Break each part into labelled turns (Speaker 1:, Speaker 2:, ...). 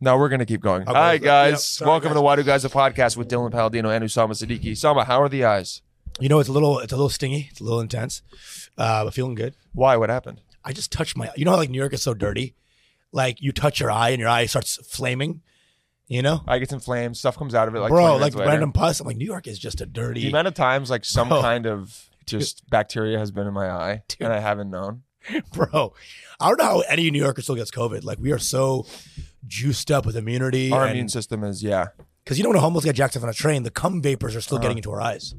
Speaker 1: No, we're gonna keep going.
Speaker 2: Okay.
Speaker 1: Hi guys,
Speaker 2: Yep. Sorry,
Speaker 1: welcome
Speaker 2: guys.
Speaker 1: to the Why Do Guys a podcast with Dylan Palladino and Usama Siddiqui. Usama, how are the eyes?
Speaker 2: You know, it's a little, it's a little stingy. It's a little intense, uh, but feeling good.
Speaker 1: Why? What happened?
Speaker 2: I just touched my. You know, how, like New York is so dirty. Like you touch your eye and your eye starts flaming. You know,
Speaker 1: I get some flames. Stuff comes out of it like
Speaker 2: bro,
Speaker 1: 20
Speaker 2: like
Speaker 1: minutes later.
Speaker 2: random pus. I'm like, New York is just a dirty.
Speaker 1: The amount of times like some
Speaker 2: Bro.
Speaker 1: kind of just bacteria has been in my eye
Speaker 2: Dude.
Speaker 1: and I haven't known.
Speaker 2: bro. I don't know how any New Yorker still gets COVID. Like we are so juiced up with immunity.
Speaker 1: Our immune system is yeah.
Speaker 2: Because you know when a homeless guy jacks off on a train, the cum vapors are still
Speaker 1: Uh-huh.
Speaker 2: getting into our eyes.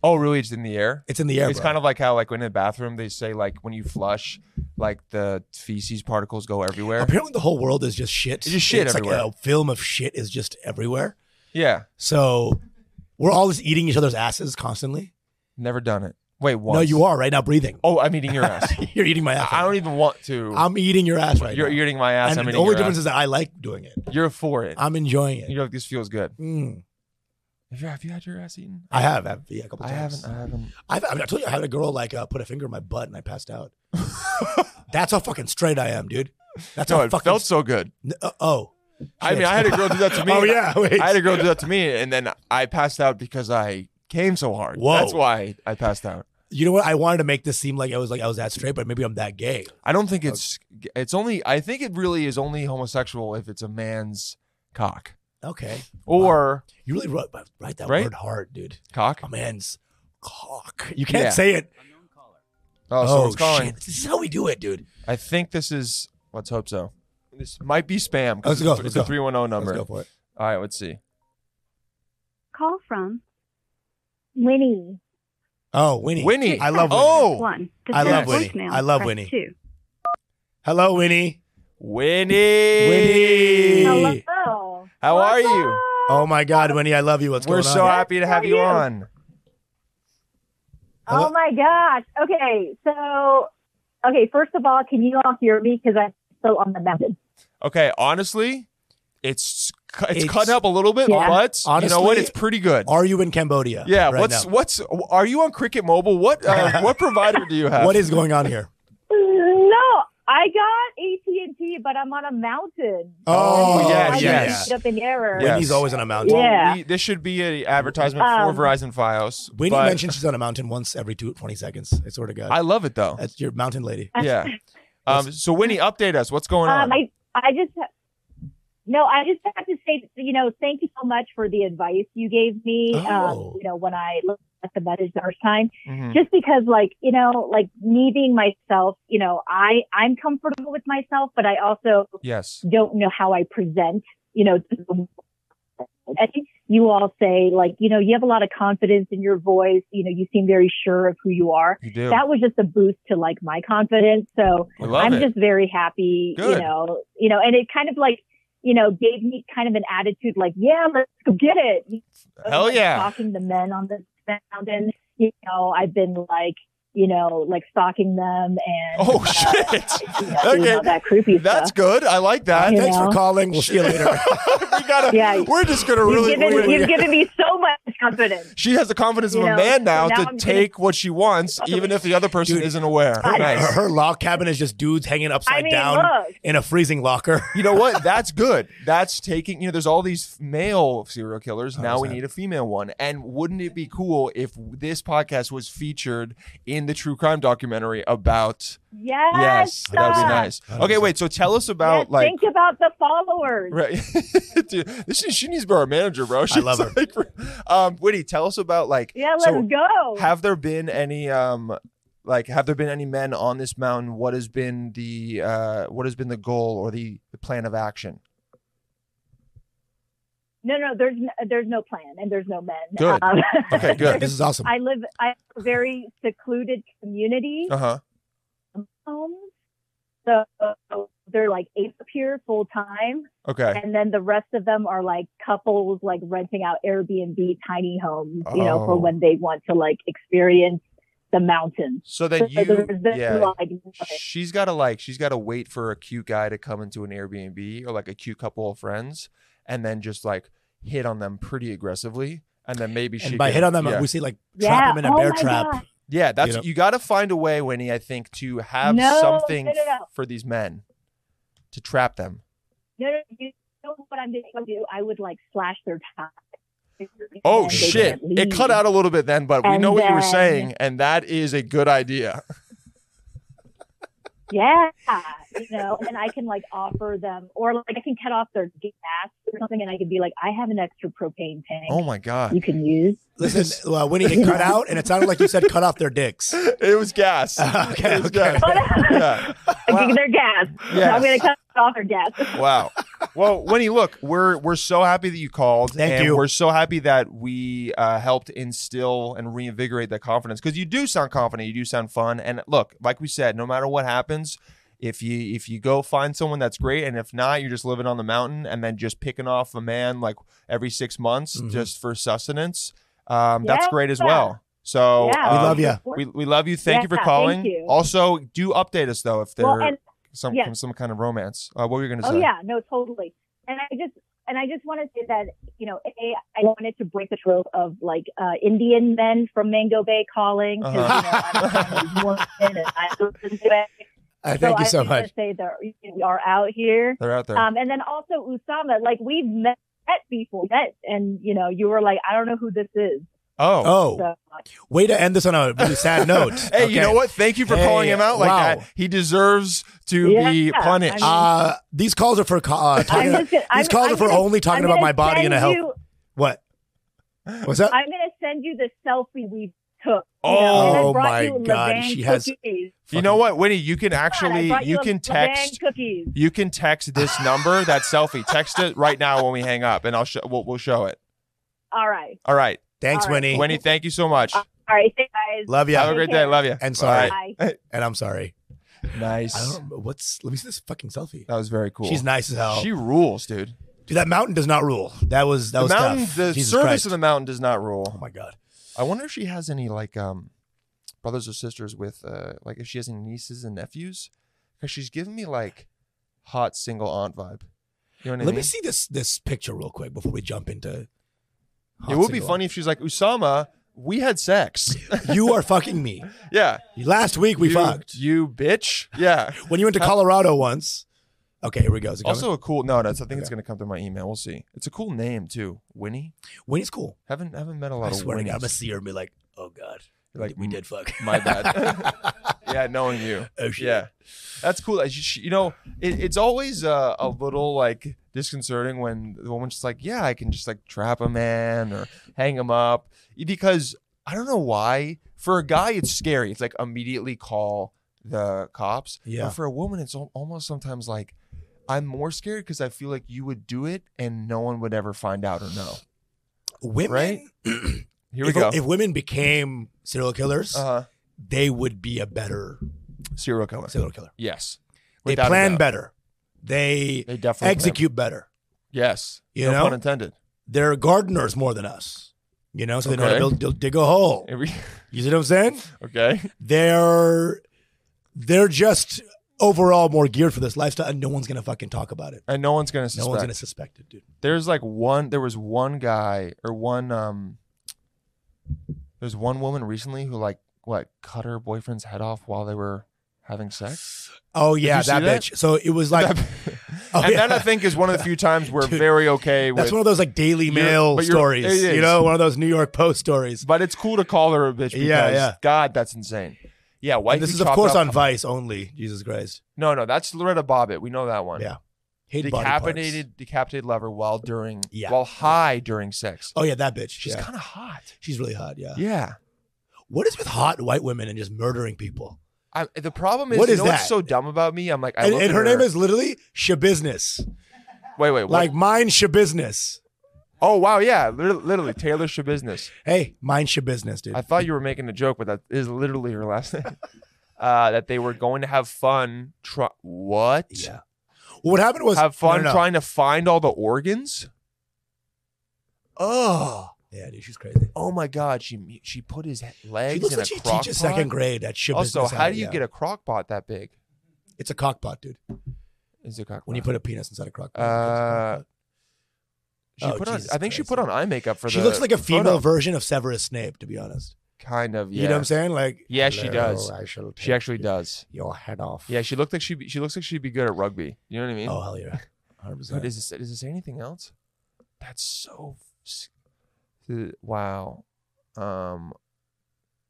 Speaker 1: Oh, really? It's in the air.
Speaker 2: It's in the air.
Speaker 1: It's kind of like how like when in the bathroom they say like when you flush, like the feces particles go everywhere.
Speaker 2: apparently the whole world is just shit.
Speaker 1: It's just shit
Speaker 2: It's
Speaker 1: everywhere.
Speaker 2: like a film of shit is just everywhere.
Speaker 1: Yeah,
Speaker 2: So we're always eating each other's asses constantly.
Speaker 1: never done it. Wait, once.
Speaker 2: No, you are right now breathing.
Speaker 1: Oh, I'm eating your ass.
Speaker 2: You're eating my ass.
Speaker 1: I don't even want to.
Speaker 2: I'm eating your ass right
Speaker 1: you're,
Speaker 2: now.
Speaker 1: you're eating my ass.
Speaker 2: and
Speaker 1: I'm
Speaker 2: the
Speaker 1: eating
Speaker 2: only
Speaker 1: your ass.
Speaker 2: difference is that I like doing it.
Speaker 1: You're for it.
Speaker 2: I'm enjoying it.
Speaker 1: You're like this feels good.
Speaker 2: Mm.
Speaker 1: Have you, have you had your ass eaten?
Speaker 2: I have, I've yeah, a couple
Speaker 1: I
Speaker 2: times.
Speaker 1: haven't. uh, I haven't.
Speaker 2: I've, I, mean, I told you I had a girl like uh, put a finger in my butt and I passed out. That's how fucking straight I am, dude. That's
Speaker 1: No,
Speaker 2: how
Speaker 1: it
Speaker 2: fucking.
Speaker 1: felt so good.
Speaker 2: N- uh, oh,
Speaker 1: I mean, I had a girl do that to me.
Speaker 2: oh yeah, wait.
Speaker 1: I had a girl do that to me, and then I passed out because I came so hard.
Speaker 2: Whoa.
Speaker 1: That's why I passed out.
Speaker 2: you know what? I wanted to make this seem like I was like I was that straight, but maybe I'm that gay.
Speaker 1: I don't think it's. It's only. I think it really is only homosexual if it's a man's cock
Speaker 2: Okay,
Speaker 1: or
Speaker 2: you really wrote, write that
Speaker 1: Right?
Speaker 2: word hard, dude.
Speaker 1: cock.
Speaker 2: A man's cock. You can't
Speaker 1: Yeah.
Speaker 2: say it.
Speaker 1: Oh, someone's calling.
Speaker 2: shit! This is how we do it, dude.
Speaker 1: I think this is. Let's hope so. This might be spam. 'cause
Speaker 2: Let's go,
Speaker 1: It's,
Speaker 2: let's
Speaker 1: it's a
Speaker 2: go.
Speaker 1: three one zero number.
Speaker 2: Let's go for it.
Speaker 1: All right. Let's see.
Speaker 3: Call from Winnie.
Speaker 2: Oh, Winnie.
Speaker 1: Winnie.
Speaker 2: I love Winnie.
Speaker 1: Oh,
Speaker 3: One. To
Speaker 2: I
Speaker 3: send
Speaker 1: love
Speaker 3: a
Speaker 2: Winnie.
Speaker 3: voicemail,
Speaker 2: I love
Speaker 3: press
Speaker 2: Winnie.
Speaker 3: Two.
Speaker 2: Hello, Winnie.
Speaker 1: Winnie.
Speaker 2: Winnie. Hey.
Speaker 3: Hello.
Speaker 1: How are you?
Speaker 2: Oh my God, Winnie, I love you. What's
Speaker 1: We're
Speaker 2: going
Speaker 1: so
Speaker 2: on?
Speaker 1: happy to have
Speaker 3: How
Speaker 1: you
Speaker 3: are
Speaker 1: on.
Speaker 2: Hello?
Speaker 3: Oh my gosh. Okay, so okay. First of all, can you all hear me? Because I'm still on the mountain.
Speaker 1: Okay. Honestly, it's cu- it's,
Speaker 2: It's-
Speaker 1: cutting up a little bit,
Speaker 3: Yeah.
Speaker 1: but you know
Speaker 2: Honestly,
Speaker 1: what? It's pretty good.
Speaker 2: Are you in Cambodia?
Speaker 1: yeah.
Speaker 2: right
Speaker 1: what's
Speaker 2: now?
Speaker 1: what's are you on Cricket Mobile? What uh, what provider do you have?
Speaker 2: what is going on here?
Speaker 3: No, I got AT and T, but I'm on a mountain.
Speaker 2: Oh,
Speaker 3: So
Speaker 1: yes,
Speaker 3: I
Speaker 1: yes.
Speaker 3: ended Up in error.
Speaker 1: Yeah.
Speaker 2: Winnie's
Speaker 1: Yes.
Speaker 2: always on a mountain.
Speaker 1: Well,
Speaker 3: Yeah.
Speaker 1: we- this should be an advertisement
Speaker 3: Um,
Speaker 1: for Verizon Fios.
Speaker 2: Winnie
Speaker 1: but
Speaker 2: mentioned she's on a mountain once every two, 20 seconds. I swear to God.
Speaker 1: I love it though.
Speaker 2: That's your mountain lady.
Speaker 1: Yeah. Um, so Winnie, update us. What's going on?
Speaker 3: Um, I I just no, I just have to say, you know, thank you so much for the advice you gave me.
Speaker 2: Oh.
Speaker 3: Um, you know, when I looked at the message the first time,
Speaker 1: Mhm.
Speaker 3: just because, like, you know, like me being myself, you know, I I'm comfortable with myself, but I also
Speaker 1: Yes.
Speaker 3: don't know how I present. You know, to the world. I think you all say like, you know, you have a lot of confidence in your voice. You know, you seem very sure of who you are.
Speaker 1: You do.
Speaker 3: That was just a boost to like my confidence. So.
Speaker 1: I love
Speaker 3: I'm
Speaker 1: it.
Speaker 3: just very happy,
Speaker 1: Good.
Speaker 3: you know, you know, and it kind of like, you know, gave me kind of an attitude like, yeah, let's go get it. You know,
Speaker 1: Hell
Speaker 3: like,
Speaker 1: yeah.
Speaker 3: Stalking the men on this mountain, you know, I've been like, you know, like stalking them and
Speaker 1: Oh
Speaker 3: uh,
Speaker 1: shit.
Speaker 3: you know, doing
Speaker 1: Okay.
Speaker 3: all that creepy
Speaker 1: That's
Speaker 3: stuff.
Speaker 1: good. I like that.
Speaker 3: You
Speaker 2: Thanks for
Speaker 3: know.
Speaker 2: calling. We'll see you later.
Speaker 1: we gotta,
Speaker 3: Yeah.
Speaker 1: We're just gonna
Speaker 3: You've,
Speaker 1: really.
Speaker 3: given,
Speaker 1: we- we-
Speaker 3: you've given me so much confidence.
Speaker 1: she has the confidence of
Speaker 3: You
Speaker 1: a
Speaker 3: know,
Speaker 1: man now,
Speaker 3: so now
Speaker 1: to
Speaker 3: I'm gonna-
Speaker 1: take what she wants, even if the other person
Speaker 2: Dude.
Speaker 1: isn't aware.
Speaker 2: her,
Speaker 1: Nice.
Speaker 2: her log cabin is just dudes hanging upside
Speaker 3: I mean,
Speaker 2: down
Speaker 3: look,
Speaker 2: in a freezing locker.
Speaker 1: You know what? That's good. That's taking. You know, there's all these male serial killers. Now we
Speaker 2: 100%.
Speaker 1: need a female one. And wouldn't it be cool if this podcast was featured in the true crime documentary about?
Speaker 3: yes,
Speaker 1: Yes, that'd be
Speaker 3: stop.
Speaker 1: nice.
Speaker 2: That
Speaker 1: Okay,
Speaker 2: is-
Speaker 1: wait. So tell us about
Speaker 3: Yes,
Speaker 1: like
Speaker 3: think about the followers.
Speaker 1: Right, dude. This is, she needs to be our manager, bro. She's
Speaker 2: love her.
Speaker 1: Like, um, Whitty, tell us about like.
Speaker 3: Yeah, let's
Speaker 1: so
Speaker 3: go.
Speaker 1: Have there been any um, like, have there been any men on this mountain? What has been the uh, what has been the goal or the, the plan of action?
Speaker 3: no, no, there's n- there's no plan and there's no men.
Speaker 1: Good.
Speaker 3: Um,
Speaker 1: Okay, good.
Speaker 2: This is awesome.
Speaker 3: I live I have a very secluded community
Speaker 1: Uh huh.
Speaker 3: homes. So they're like eight up here full time.
Speaker 1: Okay.
Speaker 3: And then the rest of them are like couples like renting out Airbnb tiny homes, you know,
Speaker 1: Oh.
Speaker 3: for when they want to like experience the mountains.
Speaker 1: So
Speaker 3: So
Speaker 1: then you,
Speaker 3: there's this
Speaker 1: yeah.
Speaker 3: like
Speaker 1: She's gotta like, she's gotta wait for a cute guy to come into an Airbnb or like a cute couple of friends, and then just like hit on them pretty aggressively, and then maybe she
Speaker 2: and by
Speaker 1: can-
Speaker 2: hit on them,
Speaker 1: yeah.
Speaker 2: we see like trap
Speaker 3: yeah,
Speaker 2: them in a
Speaker 3: oh
Speaker 2: bear
Speaker 3: my
Speaker 2: trap.
Speaker 3: God.
Speaker 1: Yeah, that's
Speaker 2: know?
Speaker 1: you got to find a way, Winnie. I think to have
Speaker 3: No,
Speaker 1: something
Speaker 3: no, no, no.
Speaker 1: for these men to trap them.
Speaker 3: No, no, you don't
Speaker 4: what I'm going to do. I would like slash their top.
Speaker 1: Oh
Speaker 4: And they
Speaker 1: shit!
Speaker 4: can't
Speaker 1: It cut
Speaker 4: leave.
Speaker 1: out a little bit then, but we
Speaker 4: And
Speaker 1: know what you were
Speaker 4: then-
Speaker 1: saying, and that is a good idea.
Speaker 4: yeah, you know, and I can like offer them, or like I can cut off their gas or something, and I can be like, I have an extra propane tank
Speaker 1: Oh my god!
Speaker 4: you can use.
Speaker 2: Listen, uh, Winnie, it cut out, and it sounded like you said cut off their dicks.
Speaker 1: It was gas.
Speaker 2: Okay,
Speaker 1: It was
Speaker 2: okay.
Speaker 1: gas.
Speaker 4: But
Speaker 1: Yeah.
Speaker 4: I
Speaker 1: Wow.
Speaker 4: think their gas.
Speaker 1: Yes.
Speaker 4: I'm going to cut off their gas.
Speaker 1: Wow. Well, Winnie, look, we're we're so happy that you called.
Speaker 2: Thank
Speaker 1: and
Speaker 2: you.
Speaker 1: We're so happy that we uh, helped instill and reinvigorate that confidence because you do sound confident. You do sound fun. And look, like we said, no matter what happens, if you if you go find someone that's great, and if not, you're just living on the mountain and then just picking off a man like every six months
Speaker 2: Mhm.
Speaker 1: just for sustenance. Um, That's
Speaker 4: Yeah.
Speaker 1: great as well. So
Speaker 4: yeah,
Speaker 2: We
Speaker 1: um,
Speaker 2: love you.
Speaker 1: We, we love you. Thank you for
Speaker 4: Yeah, thank
Speaker 1: calling.
Speaker 4: you.
Speaker 1: Also, do update us though if there
Speaker 4: Well, and
Speaker 1: some
Speaker 4: yeah.
Speaker 1: some kind of romance. Uh, what were you gonna
Speaker 4: Oh
Speaker 1: say?
Speaker 4: yeah, no, totally. And I just and I just want to say that you know, a I wanted to break the trope of like uh, Indian men from Mango Bay calling. 'cause, You know, I'm a Chinese woman and I listen to it.
Speaker 2: I thank
Speaker 4: so
Speaker 2: you
Speaker 4: I
Speaker 2: so
Speaker 4: just wanna
Speaker 2: much.
Speaker 4: Say that we are out here.
Speaker 1: They're out there.
Speaker 4: Um, and then also Usama, like we've met before, met, and you know, you were like, I don't know who this is.
Speaker 1: oh.
Speaker 2: Oh,
Speaker 4: So,
Speaker 2: way to end this on a really sad note.
Speaker 1: Hey, you know what? Thank you for
Speaker 2: Hey,
Speaker 1: calling him out like
Speaker 2: wow.
Speaker 1: that. He deserves to be
Speaker 4: Yeah,
Speaker 1: punished.
Speaker 4: I mean-
Speaker 2: Uh, these calls are for co- uh, talking
Speaker 4: I'm just gonna, I'm,
Speaker 2: these calls
Speaker 4: I'm
Speaker 2: are for
Speaker 4: gonna-
Speaker 2: only
Speaker 4: I'm
Speaker 2: talking about
Speaker 4: gonna
Speaker 2: my body and
Speaker 4: send
Speaker 2: a health.
Speaker 4: you-
Speaker 2: What? What's that?
Speaker 4: I'm gonna send you the selfie we took. you
Speaker 1: Oh,
Speaker 4: know, and I brought
Speaker 2: my
Speaker 4: you
Speaker 2: God,
Speaker 4: Levain
Speaker 2: she has-
Speaker 4: cookies.
Speaker 1: you know what, Winnie? You can actually
Speaker 4: God, I brought
Speaker 1: you,
Speaker 4: a
Speaker 1: can
Speaker 4: Levain
Speaker 1: text
Speaker 4: cookies.
Speaker 1: you can text this number that selfie. Text it right now when we hang up, and I'll show we'll, we'll show it.
Speaker 4: All right,
Speaker 1: All right,
Speaker 2: Thanks,
Speaker 4: All right.
Speaker 2: Winnie.
Speaker 1: Winnie. Thank you so much.
Speaker 4: Uh, all right, thanks, guys.
Speaker 2: Love you.
Speaker 1: Have a great day. Love you.
Speaker 2: And sorry.
Speaker 4: Bye.
Speaker 2: and I'm sorry.
Speaker 1: All right.
Speaker 2: I
Speaker 1: Nice.
Speaker 2: don't what's. Let me see this fucking selfie.
Speaker 1: That was very cool.
Speaker 2: She's nice as hell.
Speaker 1: She rules, dude.
Speaker 2: Dude, that mountain does not rule. That was that
Speaker 1: the
Speaker 2: was
Speaker 1: mountain,
Speaker 2: tough.
Speaker 1: the
Speaker 2: Jesus
Speaker 1: service
Speaker 2: Christ.
Speaker 1: of the mountain does not
Speaker 2: oh
Speaker 1: rule.
Speaker 2: my god.
Speaker 1: I wonder if she has any like um brothers or sisters with uh like if she has any nieces and nephews because she's giving me like hot single aunt vibe. You know what I
Speaker 2: Let
Speaker 1: mean?
Speaker 2: me see this this picture real quick before we jump into.
Speaker 1: it would be funny if she's like Usama. We had sex.
Speaker 2: you are fucking me.
Speaker 1: yeah,
Speaker 2: Last week we
Speaker 1: you,
Speaker 2: fucked.
Speaker 1: You bitch. Yeah.
Speaker 2: When you went to Colorado once. Okay, here we go. Is it coming?
Speaker 1: also a cool. No, no. it's- I think it's gonna come through my email. We'll see. It's a cool name too. Winnie.
Speaker 2: Winnie's cool.
Speaker 1: Haven't haven't met a
Speaker 2: I
Speaker 1: lot of
Speaker 2: swear to God, I'm gonna
Speaker 1: Winnies.
Speaker 2: see her and be like, "Oh God,
Speaker 1: Like,
Speaker 2: like we
Speaker 1: mm,
Speaker 2: did fuck."
Speaker 1: my bad. yeah, knowing you.
Speaker 2: oh shit.
Speaker 1: Yeah, that's cool. As you sh- you know, it, it's always uh, a little like disconcerting when the woman's just like, "Yeah, I can just like trap a man or hang him up," E, because I don't know why. For a guy, it's scary. It's like immediately call the cops.
Speaker 2: Yeah.
Speaker 1: But for a woman, it's al- almost sometimes like I'm more scared because I feel like you would do it and no one would ever find out or know.
Speaker 2: Women.
Speaker 1: Right? Here we
Speaker 2: if,
Speaker 1: go.
Speaker 2: If women became serial killers,
Speaker 1: Uh huh.
Speaker 2: they would be a better
Speaker 1: Serial killer.
Speaker 2: serial killer.
Speaker 1: Yes.
Speaker 2: They
Speaker 1: Without a
Speaker 2: plan
Speaker 1: doubt.
Speaker 2: better. They
Speaker 1: They definitely plan-
Speaker 2: execute better.
Speaker 1: Yes.
Speaker 2: You
Speaker 1: no
Speaker 2: know?
Speaker 1: pun intended.
Speaker 2: They're gardeners more than us. You know, so they know how to
Speaker 1: Okay.
Speaker 2: build, build- dig a hole.
Speaker 1: Here we-
Speaker 2: You see what I'm saying?
Speaker 1: okay.
Speaker 2: They're they're just overall more geared for this lifestyle, and no one's gonna fucking talk about it.
Speaker 1: and no one's gonna
Speaker 2: No
Speaker 1: suspect.
Speaker 2: one's gonna suspect it, dude.
Speaker 1: There's like one. There was one guy or one. Um, there's one woman recently who like what cut her boyfriend's head off while they were having sex.
Speaker 2: Oh yeah,
Speaker 1: you see
Speaker 2: that,
Speaker 1: that?
Speaker 2: bitch. So it was like, Oh,
Speaker 1: and
Speaker 2: yeah.
Speaker 1: that I think is one of the few times we're
Speaker 2: Dude,
Speaker 1: very okay with.
Speaker 2: That's one of those like Daily
Speaker 1: You're-
Speaker 2: Mail
Speaker 1: but you're- it
Speaker 2: stories,
Speaker 1: is.
Speaker 2: you know, one of those New York Post stories.
Speaker 1: but it's cool to call her a bitch because
Speaker 2: Yeah, yeah.
Speaker 1: God, that's insane. Yeah, white.
Speaker 2: And this is of course on Vice only. Jesus Christ,
Speaker 1: No, no, that's Loretta Bobbitt. We know that one.
Speaker 2: Yeah. Hated body parts.
Speaker 1: Decapitated, decapitated lover while during,
Speaker 2: Yeah.
Speaker 1: while high during sex.
Speaker 2: Oh yeah, that bitch.
Speaker 1: She's
Speaker 2: She's yeah.
Speaker 1: kind of hot.
Speaker 2: she's really hot. Yeah.
Speaker 1: Yeah.
Speaker 2: What is with hot white women and just murdering people?
Speaker 1: I, the problem is,
Speaker 2: What
Speaker 1: you
Speaker 2: is
Speaker 1: know what's
Speaker 2: that?
Speaker 1: so dumb about me? I'm like, I
Speaker 2: And,
Speaker 1: look
Speaker 2: and
Speaker 1: at
Speaker 2: her, name is literally Shabusiness.
Speaker 1: wait, wait, what?
Speaker 2: Like mine Shabusiness.
Speaker 1: oh wow, yeah, lit- literally Taylor Shabusiness.
Speaker 2: Hey, mine Shabusiness, dude.
Speaker 1: I thought you were making a joke, but that is literally her last name. Uh, that they were going to have fun. Try what?
Speaker 2: yeah. Well, what happened was
Speaker 1: Have
Speaker 2: no, no,
Speaker 1: fun
Speaker 2: no.
Speaker 1: trying to find all the organs. Oh,
Speaker 2: Yeah, dude, she's crazy.
Speaker 1: oh my God! She she put his he- legs
Speaker 2: She looks
Speaker 1: in
Speaker 2: like
Speaker 1: a
Speaker 2: she
Speaker 1: crock
Speaker 2: teaches
Speaker 1: pot.
Speaker 2: second grade at Shabusiness.
Speaker 1: Also, how do you
Speaker 2: yeah.
Speaker 1: get a crock pot that big?
Speaker 2: It's a cockpot, dude.
Speaker 1: Is it crock
Speaker 2: When you
Speaker 1: pot?
Speaker 2: put a penis inside a crockpot.
Speaker 1: Uh, she
Speaker 2: oh,
Speaker 1: put on,
Speaker 2: Jesus
Speaker 1: I think she
Speaker 2: Christ.
Speaker 1: put on eye makeup for
Speaker 2: she
Speaker 1: the.
Speaker 2: looks like a female
Speaker 1: photo.
Speaker 2: version of Severus Snape, to be honest.
Speaker 1: Kind of, yeah.
Speaker 2: You know what I'm saying? Like,
Speaker 1: Yeah, she
Speaker 2: "Hello,
Speaker 1: does.
Speaker 2: I shall
Speaker 1: She
Speaker 2: take
Speaker 1: actually does.
Speaker 2: your head off.
Speaker 1: Yeah, she looked like she she looks like she'd be good at rugby. You know what I mean?
Speaker 2: Oh hell yeah. 100.
Speaker 1: Dude,
Speaker 2: percent
Speaker 1: is this, does it say anything else? That's so s- uh, wow. Um.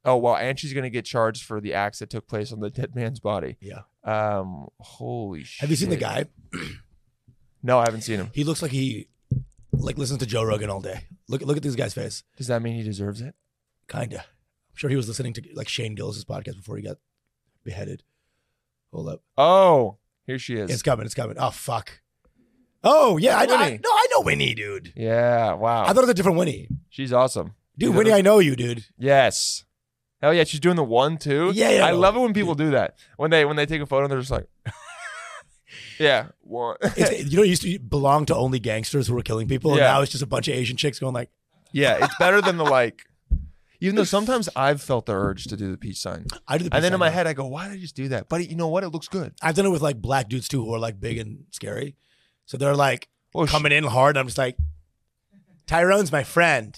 Speaker 1: Oh wow, and she's gonna get charged for the acts that took place on the dead man's body.
Speaker 2: Yeah.
Speaker 1: Um. Holy shit.
Speaker 2: Have you seen the guy?
Speaker 1: No, I haven't seen him.
Speaker 2: He looks like he like listens to Joe Rogan all day. Look look at this guy's face.
Speaker 1: Does that mean he deserves it?
Speaker 2: Kinda. I'm sure he was listening to like Shane Gillis' podcast before he got beheaded. Hold up.
Speaker 1: Oh, here she is.
Speaker 2: It's coming. It's coming. Oh fuck. Oh yeah. I, I,
Speaker 1: Winnie. Oh.
Speaker 2: no, I know Winnie, dude.
Speaker 1: yeah. Wow.
Speaker 2: I thought it was a different Winnie,
Speaker 1: she's awesome.
Speaker 2: dude.
Speaker 1: Yeah.
Speaker 2: Winnie, I know you, dude.
Speaker 1: Yes. Hell yeah, she's doing the one too.
Speaker 2: Yeah, yeah,
Speaker 1: I
Speaker 2: no.
Speaker 1: love it when people do that. When they when they take a photo and they're just like, yeah, one.
Speaker 2: It's, you know, it used to belong to only gangsters who were killing people. And
Speaker 1: Yeah.
Speaker 2: now it's just a bunch of Asian chicks going like,
Speaker 1: Yeah, it's better than the like. Even though sometimes I've felt the urge to do the peace sign,
Speaker 2: I do the. peace
Speaker 1: and then in my
Speaker 2: sign.
Speaker 1: head I go, "Why did I just do that?" But you know what? It looks good.
Speaker 2: I've done it with like black dudes too, who are like big and scary. So they're like
Speaker 1: Oh, sh-
Speaker 2: coming in hard. I'm just like, Tyrone's my friend.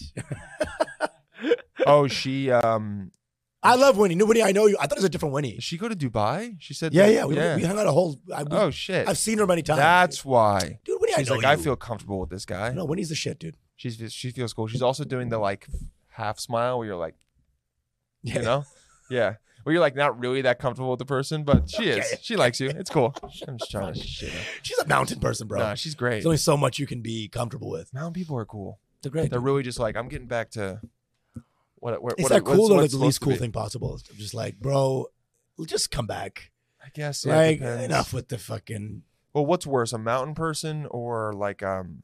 Speaker 1: oh, she um,
Speaker 2: I love Winnie. No, Winnie, I know you. I thought it was a different Winnie.
Speaker 1: did she go to Dubai? She said,
Speaker 2: Yeah,
Speaker 1: that-
Speaker 2: yeah. We, we hung out a whole. I, we,
Speaker 1: oh shit,
Speaker 2: I've seen her many times.
Speaker 1: that's why.
Speaker 2: dude. Winnie,
Speaker 1: She's
Speaker 2: I know
Speaker 1: like,
Speaker 2: you.
Speaker 1: I feel comfortable with this guy.
Speaker 2: No, Winnie's the shit, dude.
Speaker 1: She's she feels cool. She's also doing the like half smile where you're like, you know, yeah, where you're like not really that comfortable with the person, but she is.
Speaker 2: Okay.
Speaker 1: She likes you. It's cool. I'm just trying to shit. her.
Speaker 2: She's a mountain person, bro.
Speaker 1: Nah, she's great.
Speaker 2: There's only so much you can be comfortable with.
Speaker 1: Mountain people are cool.
Speaker 2: They're great.
Speaker 1: They're really just like I'm getting back to what. what
Speaker 2: Is
Speaker 1: what-
Speaker 2: that
Speaker 1: what's- what's
Speaker 2: cool or like the
Speaker 1: supposed
Speaker 2: least
Speaker 1: to
Speaker 2: cool
Speaker 1: be.
Speaker 2: thing possible? It's just like, bro, just come back.
Speaker 1: I guess. Yeah,
Speaker 2: Like,
Speaker 1: like
Speaker 2: enough with the fucking.
Speaker 1: Well, what's worse, a mountain person or like um